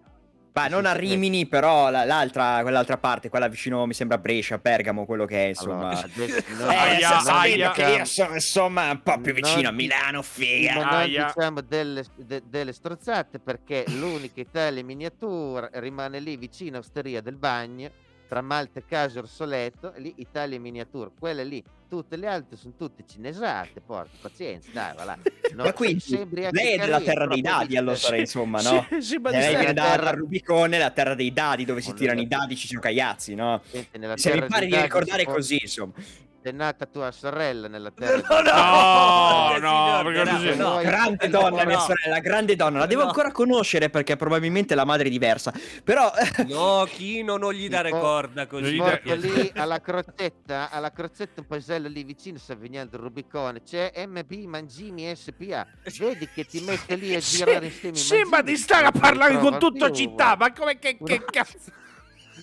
[SPEAKER 5] Ma non a
[SPEAKER 1] eh.
[SPEAKER 5] Rimini, però la- l'altra, quell'altra parte, quella vicino, mi sembra Brescia, Bergamo, quello che è, insomma.
[SPEAKER 2] Allora, adesso- no,
[SPEAKER 5] Eh,
[SPEAKER 1] Aia,
[SPEAKER 5] se sapete
[SPEAKER 1] aia.
[SPEAKER 5] che io sono insomma un po' più vicino a
[SPEAKER 2] Non-
[SPEAKER 5] Milano,
[SPEAKER 2] Ma
[SPEAKER 5] figa.
[SPEAKER 2] non
[SPEAKER 1] aia.
[SPEAKER 2] diciamo delle, de- delle strozzate perché l'unica Italia in miniatura rimane lì vicino a Osteria del Bagno tra Malte, Casio, Orsoletto, lì Italia in miniatura, quelle lì, tutte le altre sono tutte cinesate, porca pazienza, dai, va là. Non
[SPEAKER 5] Ma quindi
[SPEAKER 2] sembri anche
[SPEAKER 5] lei è della
[SPEAKER 2] carino,
[SPEAKER 5] terra dei
[SPEAKER 2] proprio
[SPEAKER 5] dadi,
[SPEAKER 2] di-
[SPEAKER 5] allora insomma, no?
[SPEAKER 1] Sì, sì, ma
[SPEAKER 5] Eh, Lei
[SPEAKER 2] sai,
[SPEAKER 5] viene
[SPEAKER 2] la
[SPEAKER 5] da
[SPEAKER 2] terra-
[SPEAKER 5] da Rubicone, la terra dei dadi, dove si
[SPEAKER 2] Con
[SPEAKER 5] tirano
[SPEAKER 2] le-
[SPEAKER 5] i dadi, ci sono caiazzi, no?
[SPEAKER 2] Gente, nella
[SPEAKER 5] Se
[SPEAKER 2] terra
[SPEAKER 5] mi pare
[SPEAKER 2] dei
[SPEAKER 5] di
[SPEAKER 2] dadi
[SPEAKER 5] ricordare
[SPEAKER 2] si può-
[SPEAKER 5] così, insomma.
[SPEAKER 2] È nata tua sorella nella terra. dei dadi.
[SPEAKER 1] No,
[SPEAKER 4] Eh,
[SPEAKER 1] no,
[SPEAKER 4] signor,
[SPEAKER 1] perché
[SPEAKER 4] no,
[SPEAKER 1] così-
[SPEAKER 4] no.
[SPEAKER 5] grande
[SPEAKER 4] no,
[SPEAKER 5] donna, mia
[SPEAKER 4] no.
[SPEAKER 5] sorella, grande donna. La devo
[SPEAKER 4] No.
[SPEAKER 5] ancora conoscere perché probabilmente la madre è diversa. Però eh,
[SPEAKER 4] No, Chino, non gli dare
[SPEAKER 2] Tipo-
[SPEAKER 4] corda così.
[SPEAKER 1] Gli
[SPEAKER 2] Porco
[SPEAKER 1] dai-
[SPEAKER 4] perché-
[SPEAKER 2] lì alla crocetta, alla crocetta un paesello lì vicino sta venendo il Rubicone, c'è MB Mangini SPA. Vedi che ti mette lì a girare insieme i
[SPEAKER 1] Sembra
[SPEAKER 2] mangimi,
[SPEAKER 1] di stare a
[SPEAKER 2] non
[SPEAKER 1] parlare
[SPEAKER 2] ti
[SPEAKER 1] con
[SPEAKER 2] trova
[SPEAKER 1] tutta
[SPEAKER 2] più,
[SPEAKER 1] città,
[SPEAKER 2] guarda.
[SPEAKER 1] ma come che, che cazzo?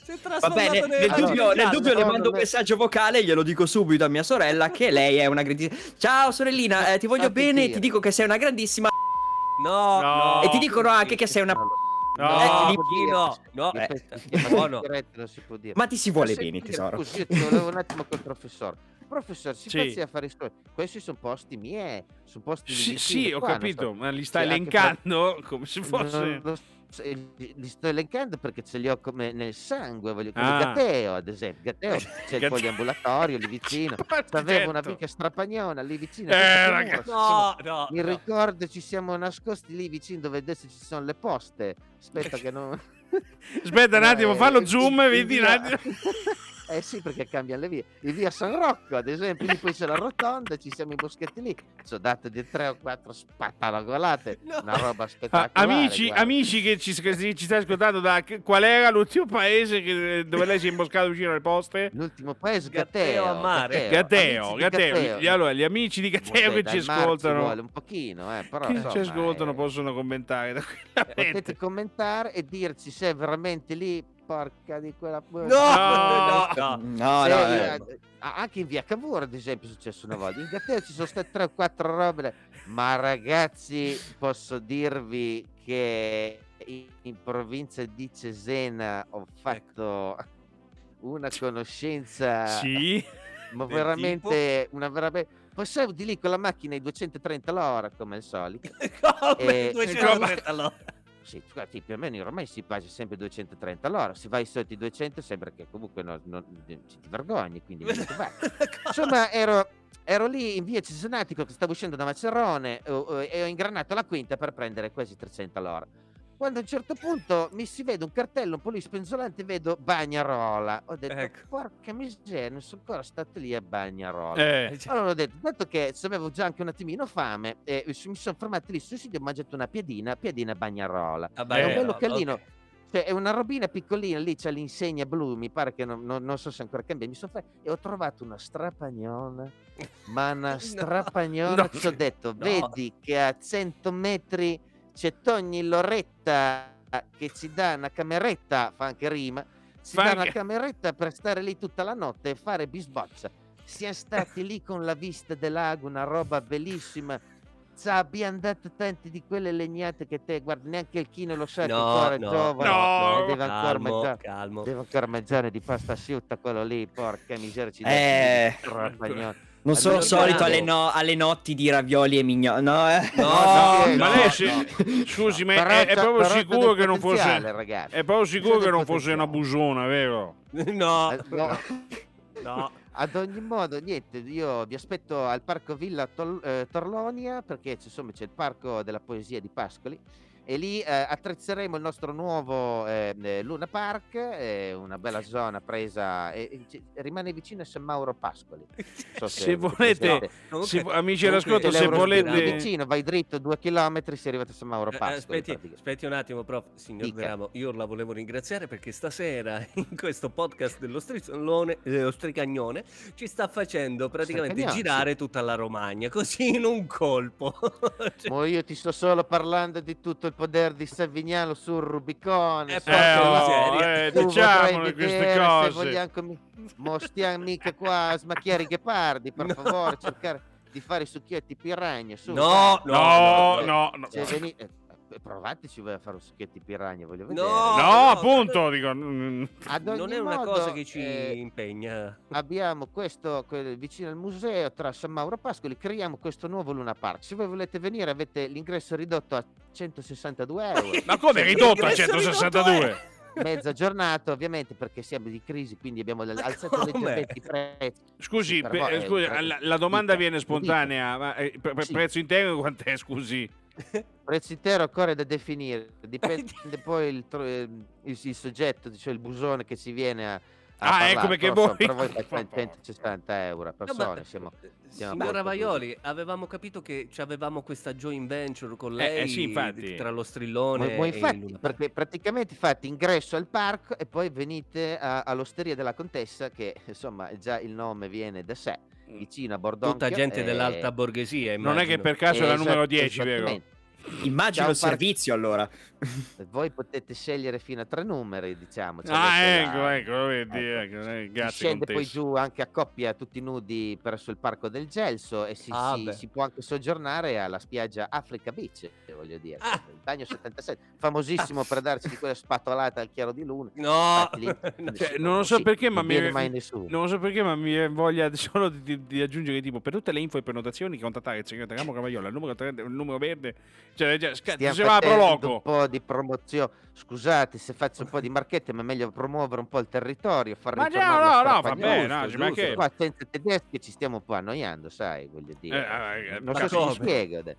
[SPEAKER 4] Si è
[SPEAKER 5] va
[SPEAKER 4] trasformato
[SPEAKER 5] bene,
[SPEAKER 4] nel-
[SPEAKER 5] nel
[SPEAKER 2] allora,
[SPEAKER 5] dubbio, nel
[SPEAKER 4] allora,
[SPEAKER 5] dubbio le
[SPEAKER 2] allora,
[SPEAKER 5] mando un
[SPEAKER 2] me-
[SPEAKER 5] messaggio vocale e glielo dico subito a mia sorella che lei è una grandissima... Ciao sorellina, eh, ti voglio
[SPEAKER 2] Tanti
[SPEAKER 5] bene,
[SPEAKER 2] tiri.
[SPEAKER 5] ti dico che sei una grandissima...
[SPEAKER 4] No,
[SPEAKER 1] No.
[SPEAKER 6] Oh,
[SPEAKER 4] no.
[SPEAKER 5] E ti dicono anche che sei una...
[SPEAKER 4] No,
[SPEAKER 1] No,
[SPEAKER 5] Eh,
[SPEAKER 4] Chino, no,
[SPEAKER 2] Eh,
[SPEAKER 4] eh,
[SPEAKER 2] in
[SPEAKER 4] buono.
[SPEAKER 2] diretta non si può dire.
[SPEAKER 5] Ma ti si vuole
[SPEAKER 2] Ma senti,
[SPEAKER 5] bene, tesoro.
[SPEAKER 2] scusi, io ti volevo un attimo col professor. Professor, si
[SPEAKER 1] Sì.
[SPEAKER 2] faccia a fare i suoi. Questi sono posti miei, sono posti di
[SPEAKER 1] sì,
[SPEAKER 2] vicino,
[SPEAKER 1] sì, ho
[SPEAKER 2] qua, non
[SPEAKER 1] capito,
[SPEAKER 2] so.
[SPEAKER 1] ma li sta
[SPEAKER 2] Sì, anche
[SPEAKER 1] elencando come se fosse...
[SPEAKER 2] Non lo so, eh, li li sto elencando perché ce li ho come nel sangue, voglio come
[SPEAKER 1] Ah.
[SPEAKER 2] Gatteo, ad esempio. Gatteo c'è il
[SPEAKER 1] Gatteo.
[SPEAKER 2] poliambulatorio lì vicino.
[SPEAKER 1] Certo.
[SPEAKER 2] Aveva un'amica strapagnona lì vicino.
[SPEAKER 1] Eh,
[SPEAKER 2] senza muro,
[SPEAKER 1] ragazzi.
[SPEAKER 2] senza muro.
[SPEAKER 4] No, no.
[SPEAKER 2] Mi
[SPEAKER 4] no.
[SPEAKER 2] ricordo ci siamo nascosti lì vicino dove adesso ci sono le poste. Aspetta che non...
[SPEAKER 1] Aspetta un attimo,
[SPEAKER 2] Eh,
[SPEAKER 1] fallo
[SPEAKER 2] in-
[SPEAKER 1] zoom
[SPEAKER 2] in
[SPEAKER 1] e vedi un
[SPEAKER 2] via-
[SPEAKER 1] attimo.
[SPEAKER 2] Eh sì, perché cambiano le vie. In via San Rocco, ad esempio, lì poi c'è la rotonda, ci siamo i boschetti lì. Ci ho dato di tre o quattro spattalagolate.
[SPEAKER 4] No.
[SPEAKER 2] Una roba
[SPEAKER 1] Ah,
[SPEAKER 2] spettacolare.
[SPEAKER 1] amici,
[SPEAKER 2] guarda.
[SPEAKER 1] amici che ci, che ci- ci sta ascoltando, da che- qual era l'ultimo paese che- eh, dove lei si è imboscato vicino alle poste?
[SPEAKER 2] L'ultimo paese,
[SPEAKER 4] Gatteo
[SPEAKER 2] Gatteo.
[SPEAKER 4] a mare.
[SPEAKER 1] Gatteo,
[SPEAKER 2] amici di
[SPEAKER 1] Gatteo. Gli- Allora, gli amici di Gatteo
[SPEAKER 2] Vabbè,
[SPEAKER 1] che ci
[SPEAKER 2] dai, Marco vuole
[SPEAKER 1] ascoltano,
[SPEAKER 2] un pochino, eh, però,
[SPEAKER 1] che ci
[SPEAKER 2] insomma,
[SPEAKER 1] ascoltano
[SPEAKER 2] eh,
[SPEAKER 1] possono commentare
[SPEAKER 2] potete
[SPEAKER 1] tranquillamente.
[SPEAKER 2] commentare e dirci se è veramente lì, porca di quella...
[SPEAKER 4] no,
[SPEAKER 1] No,
[SPEAKER 4] no.
[SPEAKER 5] No,
[SPEAKER 2] Se-
[SPEAKER 5] no,
[SPEAKER 2] eh,
[SPEAKER 5] eh.
[SPEAKER 2] a- anche in via Cavour, ad esempio, è successo una volta. In Gatteo ci sono state 3 o 4 robe. là. Ma ragazzi, posso dirvi che in, in provincia di Cesena ho fatto una conoscenza
[SPEAKER 1] Sì,
[SPEAKER 2] ma
[SPEAKER 4] Del
[SPEAKER 2] veramente una veramente passavo di lì con la macchina ai 230 all'ora come al solito
[SPEAKER 4] Come
[SPEAKER 2] Eh,
[SPEAKER 4] 230 all'ora?
[SPEAKER 2] sì, guardi, più o meno ormai si passa sempre 230 all'ora se vai sotto i 200 sembra che comunque non, non- ci ti vergogni quindi niente, vai. insomma ero, ero lì in via Cesenatico che stavo uscendo da Macerone eh, eh, e ho ingranato la quinta per prendere quasi 300 all'ora quando a un certo punto mi si vede un cartello un po' lì spenzolante vedo Bagnarola ho detto
[SPEAKER 4] Ecco.
[SPEAKER 2] porca miseria non sono ancora stato lì a Bagnarola
[SPEAKER 1] eh,
[SPEAKER 2] allora ho detto, dato che avevo già anche un attimino fame, eh, s- mi sono fermato lì sul sito e ho mangiato una piadina, piadina bagnarola.
[SPEAKER 4] Ah,
[SPEAKER 1] Eh,
[SPEAKER 4] beh,
[SPEAKER 1] è un
[SPEAKER 4] no,
[SPEAKER 1] bello
[SPEAKER 4] ok.
[SPEAKER 2] calino. Cioè, è una robina piccolina, lì c'è l'insegna blu, mi pare che non, non- non so se ancora cambia, mi sono fermato e ho trovato una strapagnona, ma una
[SPEAKER 4] No.
[SPEAKER 2] strapagnona,
[SPEAKER 1] No.
[SPEAKER 2] ci ho detto, vedi che a 100 metri c'è Togni Loretta che ci dà una cameretta, fa anche rima, ci
[SPEAKER 1] Fa
[SPEAKER 2] dà una
[SPEAKER 1] anche-
[SPEAKER 2] cameretta per stare lì tutta la notte e fare bisboccia. Siamo stati lì con la vista del lago, una roba bellissima. Ci abbiamo dato tante di quelle legnate che te, guarda, neanche il chino lo sa che ancora è certo, giovane.
[SPEAKER 1] no,
[SPEAKER 2] deve ancora
[SPEAKER 4] calmo,
[SPEAKER 2] mangiare.
[SPEAKER 4] calmo.
[SPEAKER 2] Deve ancora mangiare di pasta asciutta quello lì, porca miseria, ci dà
[SPEAKER 5] Eh,
[SPEAKER 2] di strappagnone.
[SPEAKER 5] Non sono
[SPEAKER 2] Almeno
[SPEAKER 5] solito
[SPEAKER 2] bravo.
[SPEAKER 5] alle, no- alle notti di ravioli e mignoni. No, eh.
[SPEAKER 4] No,
[SPEAKER 1] No,
[SPEAKER 2] no,
[SPEAKER 1] ma
[SPEAKER 2] no,
[SPEAKER 1] lei
[SPEAKER 2] no.
[SPEAKER 1] si- scusi, ma
[SPEAKER 2] Però
[SPEAKER 1] è, è
[SPEAKER 2] c'ha-
[SPEAKER 1] proprio
[SPEAKER 2] però c'ha
[SPEAKER 1] sicuro
[SPEAKER 2] del
[SPEAKER 1] che non fosse
[SPEAKER 2] potenziale, ragazzi.
[SPEAKER 1] è proprio sicuro
[SPEAKER 2] C'ha
[SPEAKER 1] che
[SPEAKER 2] del
[SPEAKER 1] non fosse una
[SPEAKER 2] potenziale.
[SPEAKER 1] busona, vero?
[SPEAKER 4] No,
[SPEAKER 2] Eh, no.
[SPEAKER 4] no.
[SPEAKER 2] Ad ogni modo, niente, io vi aspetto al parco Villa Tol- eh, Torlonia perché insomma c'è il parco della poesia di Pascoli e lì eh, attrezzeremo il nostro nuovo eh, eh, Luna Park, eh, una bella zona presa, e, e ci- rimane vicino a San Mauro Pascoli. Non so
[SPEAKER 1] Se
[SPEAKER 2] avete
[SPEAKER 1] volete-
[SPEAKER 2] presente.
[SPEAKER 4] Comunque-
[SPEAKER 1] Se- amici
[SPEAKER 4] comunque-
[SPEAKER 1] all'ascolto,
[SPEAKER 2] C'è
[SPEAKER 1] se
[SPEAKER 2] l'Euro-
[SPEAKER 1] volete-
[SPEAKER 2] vicino, vai dritto due chilometri, si è arrivato a San Mauro
[SPEAKER 4] Eh, eh,
[SPEAKER 2] Pascoli.
[SPEAKER 4] aspetti,
[SPEAKER 2] praticamente.
[SPEAKER 4] aspetti un attimo, prof. Signor
[SPEAKER 2] Dica.
[SPEAKER 4] Veramo, io la volevo ringraziare perché stasera in questo podcast dello strizzolone, eh, ostricagnone ci sta facendo praticamente
[SPEAKER 2] Ostricagnone,
[SPEAKER 4] girare tutta la Romagna, così in un colpo. Cioè,
[SPEAKER 2] Mo io ti sto solo parlando di tutto il potere di Savignano sul Rubicone.
[SPEAKER 4] Eh,
[SPEAKER 2] sul-
[SPEAKER 1] Eh,
[SPEAKER 4] Porca
[SPEAKER 1] oh,
[SPEAKER 4] miseria.
[SPEAKER 1] eh,
[SPEAKER 2] Tu vorrai
[SPEAKER 1] diciamole queste
[SPEAKER 2] vedere Se
[SPEAKER 1] cose.
[SPEAKER 2] vogliamo com- Mo stiamo mica qua a smacchiare i ghepardi, per
[SPEAKER 4] No.
[SPEAKER 2] favore, cercare di fare i succhietti piragna. Su,
[SPEAKER 4] no, no,
[SPEAKER 1] No,
[SPEAKER 2] no,
[SPEAKER 1] no, no.
[SPEAKER 2] Se veni- eh, eh, provateci voi a fare un succhietto piragna, voglio vedere.
[SPEAKER 4] No.
[SPEAKER 1] No, appunto, dico, mm,
[SPEAKER 2] Ad ogni
[SPEAKER 4] Non è una
[SPEAKER 2] modo,
[SPEAKER 4] cosa che ci
[SPEAKER 2] eh,
[SPEAKER 4] impegna.
[SPEAKER 2] abbiamo questo quel- vicino al museo tra San Mauro e Pascoli creiamo questo nuovo Luna Park se voi volete venire avete l'ingresso ridotto a 162 euro
[SPEAKER 1] Ma come ridotto a
[SPEAKER 4] Ingresso ridotto
[SPEAKER 1] 162?
[SPEAKER 4] è-
[SPEAKER 2] mezza giornata, ovviamente, perché siamo di crisi, quindi abbiamo
[SPEAKER 4] Ma
[SPEAKER 2] alzato
[SPEAKER 4] come?
[SPEAKER 2] leggermente i prezzi.
[SPEAKER 1] Scusi,
[SPEAKER 2] Sì, per
[SPEAKER 1] pe-
[SPEAKER 2] voi è
[SPEAKER 1] eh,
[SPEAKER 2] un
[SPEAKER 1] scusi,
[SPEAKER 2] prezzo.
[SPEAKER 1] la, la domanda
[SPEAKER 2] Dica,
[SPEAKER 1] viene
[SPEAKER 2] dica.
[SPEAKER 1] spontanea, ma eh, per, per
[SPEAKER 2] Sì. Eh,
[SPEAKER 1] prezzo interno quant'è, scusi?
[SPEAKER 2] prezzo intero ancora da definire, dipende poi il, tro- il, il soggetto, cioè il busone che si viene a, a
[SPEAKER 1] Ah,
[SPEAKER 2] parlare.
[SPEAKER 1] ecco perché
[SPEAKER 2] Però so,
[SPEAKER 1] voi-
[SPEAKER 2] per voi fa
[SPEAKER 1] Porca.
[SPEAKER 2] 160 euro a
[SPEAKER 4] No, ma-
[SPEAKER 2] persona, siamo- siamo a
[SPEAKER 4] Signora
[SPEAKER 2] posto,
[SPEAKER 4] Vaioli, avevamo capito che ci avevamo questa joint venture con
[SPEAKER 1] Eh,
[SPEAKER 4] lei
[SPEAKER 1] eh, sì, infatti.
[SPEAKER 4] tra lo
[SPEAKER 2] Ma-
[SPEAKER 4] strillone
[SPEAKER 2] ma
[SPEAKER 4] e
[SPEAKER 2] infatti,
[SPEAKER 4] il Luna.
[SPEAKER 2] perché praticamente fate ingresso al parco e poi venite a- all'osteria della contessa, che insomma già il nome viene da sé,
[SPEAKER 1] Mm.
[SPEAKER 2] vicino a Bordonchio.
[SPEAKER 4] tutta gente
[SPEAKER 2] e-
[SPEAKER 4] dell'alta borghesia.
[SPEAKER 1] Non è che
[SPEAKER 4] immagino.
[SPEAKER 1] per caso
[SPEAKER 2] e
[SPEAKER 1] è la
[SPEAKER 2] esat-
[SPEAKER 1] numero 10, vero?
[SPEAKER 2] esattamente.
[SPEAKER 5] Immagino
[SPEAKER 2] Ciao, Park.
[SPEAKER 5] il servizio allora.
[SPEAKER 2] Voi potete scegliere fino a tre numeri, diciamo. cioè
[SPEAKER 1] Ah,
[SPEAKER 2] avete
[SPEAKER 1] ecco,
[SPEAKER 2] la-
[SPEAKER 1] ecco, vedi,
[SPEAKER 2] Ecco.
[SPEAKER 1] ecco, eh,
[SPEAKER 2] Si
[SPEAKER 1] grazie
[SPEAKER 2] scende poi
[SPEAKER 1] contessa.
[SPEAKER 2] giù anche a coppia tutti nudi presso il parco del Gelso e si,
[SPEAKER 4] Ah,
[SPEAKER 2] si-
[SPEAKER 4] beh.
[SPEAKER 2] si può anche soggiornare alla spiaggia Africa Beach, eh, voglio dire,
[SPEAKER 4] Ah.
[SPEAKER 2] il bagno 77, famosissimo
[SPEAKER 1] Ah!
[SPEAKER 2] per darci di quella spatolata al chiaro di luna.
[SPEAKER 4] No,
[SPEAKER 2] Infatti lì-
[SPEAKER 1] Cioè, non lo so
[SPEAKER 2] sì,
[SPEAKER 1] perché, ma
[SPEAKER 2] non
[SPEAKER 1] mi-
[SPEAKER 2] viene mai nessuno.
[SPEAKER 1] Non so perché, ma mi viene voglia solo di, di- di aggiungere tipo per tutte le info e prenotazioni contattare il segretario Ramo Cavagliola, il numero, 30 il numero verde, cioè, cioè sca-
[SPEAKER 2] Stiamo
[SPEAKER 1] si va a
[SPEAKER 2] facendo
[SPEAKER 1] prologo.
[SPEAKER 2] un po' di promozione. Scusate se faccio un po' di marchette, ma è meglio promuovere un po' il territorio. Far
[SPEAKER 1] Ma
[SPEAKER 2] ritornare
[SPEAKER 1] no,
[SPEAKER 2] la
[SPEAKER 1] no,
[SPEAKER 2] nostra
[SPEAKER 1] no, va
[SPEAKER 2] pagnotta.
[SPEAKER 1] bene, no, ci
[SPEAKER 4] giusto,
[SPEAKER 1] mancherebbe.
[SPEAKER 2] Qua senza tedeschi ci stiamo un po' annoiando, sai, voglio dire.
[SPEAKER 1] Eh, eh,
[SPEAKER 2] non
[SPEAKER 1] ma
[SPEAKER 2] so se
[SPEAKER 4] come?
[SPEAKER 2] mi spiego. dai.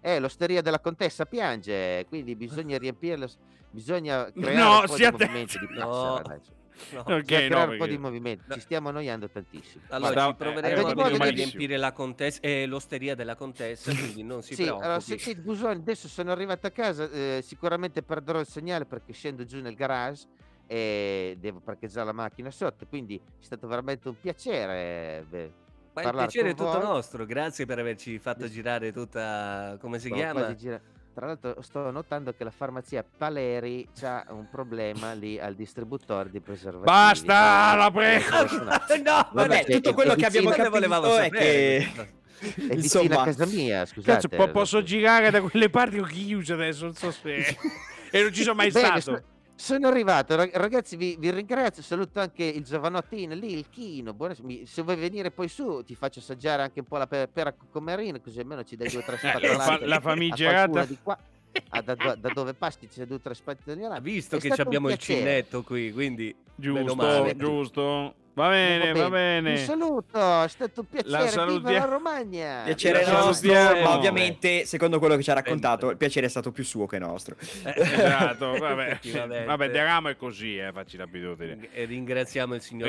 [SPEAKER 2] Eh, l'osteria della contessa piange, quindi bisogna riempirla, bisogna creare
[SPEAKER 1] No,
[SPEAKER 2] un po' di
[SPEAKER 1] stia
[SPEAKER 2] movimento di
[SPEAKER 1] attento.
[SPEAKER 2] passera,
[SPEAKER 4] No.
[SPEAKER 2] dai.
[SPEAKER 4] no.
[SPEAKER 1] Ok,
[SPEAKER 2] Bisogna
[SPEAKER 1] no,
[SPEAKER 2] creare un po'
[SPEAKER 1] perché-
[SPEAKER 2] di movimento, ci stiamo annoiando tantissimo.
[SPEAKER 4] Allora
[SPEAKER 1] Guarda,
[SPEAKER 4] ci proveremo
[SPEAKER 2] eh,
[SPEAKER 4] a
[SPEAKER 2] avete
[SPEAKER 4] venire a
[SPEAKER 2] voglia di-
[SPEAKER 4] riempire la contessa, eh, l'osteria della contessa, quindi non si
[SPEAKER 2] sì,
[SPEAKER 4] preoccupi.
[SPEAKER 2] allora sentite Busoni, adesso sono arrivato a casa, eh, sicuramente perderò il segnale perché scendo giù nel garage e devo parcheggiare la macchina sotto, quindi è stato veramente un piacere. eh, beh,
[SPEAKER 4] Ma il
[SPEAKER 2] parlare
[SPEAKER 4] piacere è
[SPEAKER 2] con
[SPEAKER 4] tutto
[SPEAKER 2] voi.
[SPEAKER 4] nostro, grazie per averci fatto girare tutta, come si
[SPEAKER 2] Stavo
[SPEAKER 4] chiama?
[SPEAKER 2] quasi gira- Tra l'altro sto notando che la farmacia Paleri c'ha un problema lì al distributore di preservativi.
[SPEAKER 1] Basta,
[SPEAKER 2] Eh,
[SPEAKER 1] la prego!
[SPEAKER 4] no,
[SPEAKER 5] Vabbè,
[SPEAKER 2] Vabbè,
[SPEAKER 5] tutto
[SPEAKER 2] è-
[SPEAKER 5] quello
[SPEAKER 2] è
[SPEAKER 5] che abbiamo
[SPEAKER 2] vicino-
[SPEAKER 5] capito
[SPEAKER 4] volevamo
[SPEAKER 5] è
[SPEAKER 4] sapere
[SPEAKER 5] che-
[SPEAKER 4] questa-
[SPEAKER 2] È vicino a
[SPEAKER 5] Insomma,
[SPEAKER 2] casa mia, scusate.
[SPEAKER 1] Cazzo,
[SPEAKER 2] eh,
[SPEAKER 1] po- posso girare da quelle parti con chiuse adesso, non so se... e non ci sono mai stato.
[SPEAKER 2] Bene, so- Sono arrivato, rag- ragazzi, vi, vi ringrazio, saluto anche il giovanottino lì, il Chino. buona- mi- se vuoi venire poi su ti faccio assaggiare anche un po' la pe- pera con Marino, così almeno ci dai due o tre
[SPEAKER 1] la, fa-
[SPEAKER 2] spazzolate.
[SPEAKER 1] la
[SPEAKER 2] a qualcuno
[SPEAKER 1] famigerata...
[SPEAKER 2] di qua. Ah, da, da- da dove passi c'è due o tre spazzolate.
[SPEAKER 4] Ha visto
[SPEAKER 2] È
[SPEAKER 4] che
[SPEAKER 2] stato
[SPEAKER 4] ci
[SPEAKER 2] un
[SPEAKER 4] abbiamo il
[SPEAKER 2] piacere.
[SPEAKER 4] cinnetto qui, quindi meno
[SPEAKER 1] Giusto,
[SPEAKER 4] male.
[SPEAKER 1] giusto. Va bene, va
[SPEAKER 2] Un
[SPEAKER 1] bene.
[SPEAKER 2] saluto, è stato un piacere.
[SPEAKER 1] salutia-
[SPEAKER 2] Viva la Romagna!
[SPEAKER 5] piacere
[SPEAKER 1] La
[SPEAKER 5] nostro,
[SPEAKER 1] salutiamo.
[SPEAKER 5] ma ovviamente, secondo quello che ci ha raccontato,
[SPEAKER 4] Sempre.
[SPEAKER 5] il piacere è stato più suo che nostro.
[SPEAKER 1] Esatto, vabbè.
[SPEAKER 4] Effettivamente.
[SPEAKER 1] vabbè, deramo è così, eh, facci l'abitudine.
[SPEAKER 4] E ringraziamo il signor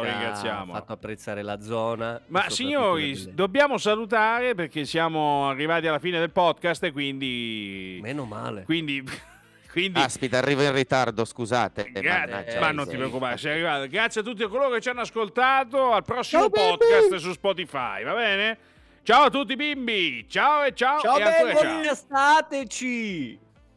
[SPEAKER 4] Deramo che ci ha
[SPEAKER 1] ringraziamo.
[SPEAKER 4] fatto apprezzare la zona.
[SPEAKER 1] Ma
[SPEAKER 4] e soprattutto le
[SPEAKER 1] signori,
[SPEAKER 4] belle-
[SPEAKER 1] dobbiamo salutare perché siamo arrivati alla fine del podcast e quindi...
[SPEAKER 4] meno male. Ah,
[SPEAKER 1] Quindi... quindi...
[SPEAKER 2] Aspetta, arrivo in ritardo, scusate.
[SPEAKER 1] Gra-
[SPEAKER 2] mannaggia,
[SPEAKER 1] ma
[SPEAKER 4] eh,
[SPEAKER 1] non
[SPEAKER 2] sì.
[SPEAKER 1] ti preoccupare, sei arrivato. Grazie a tutti coloro che ci hanno ascoltato. Al prossimo podcast su Spotify, va bene? Ciao a tutti bimbi, ciao e ciao.
[SPEAKER 5] Ciao,
[SPEAKER 1] e ancora
[SPEAKER 5] bello,
[SPEAKER 1] ciao.
[SPEAKER 4] Stateci!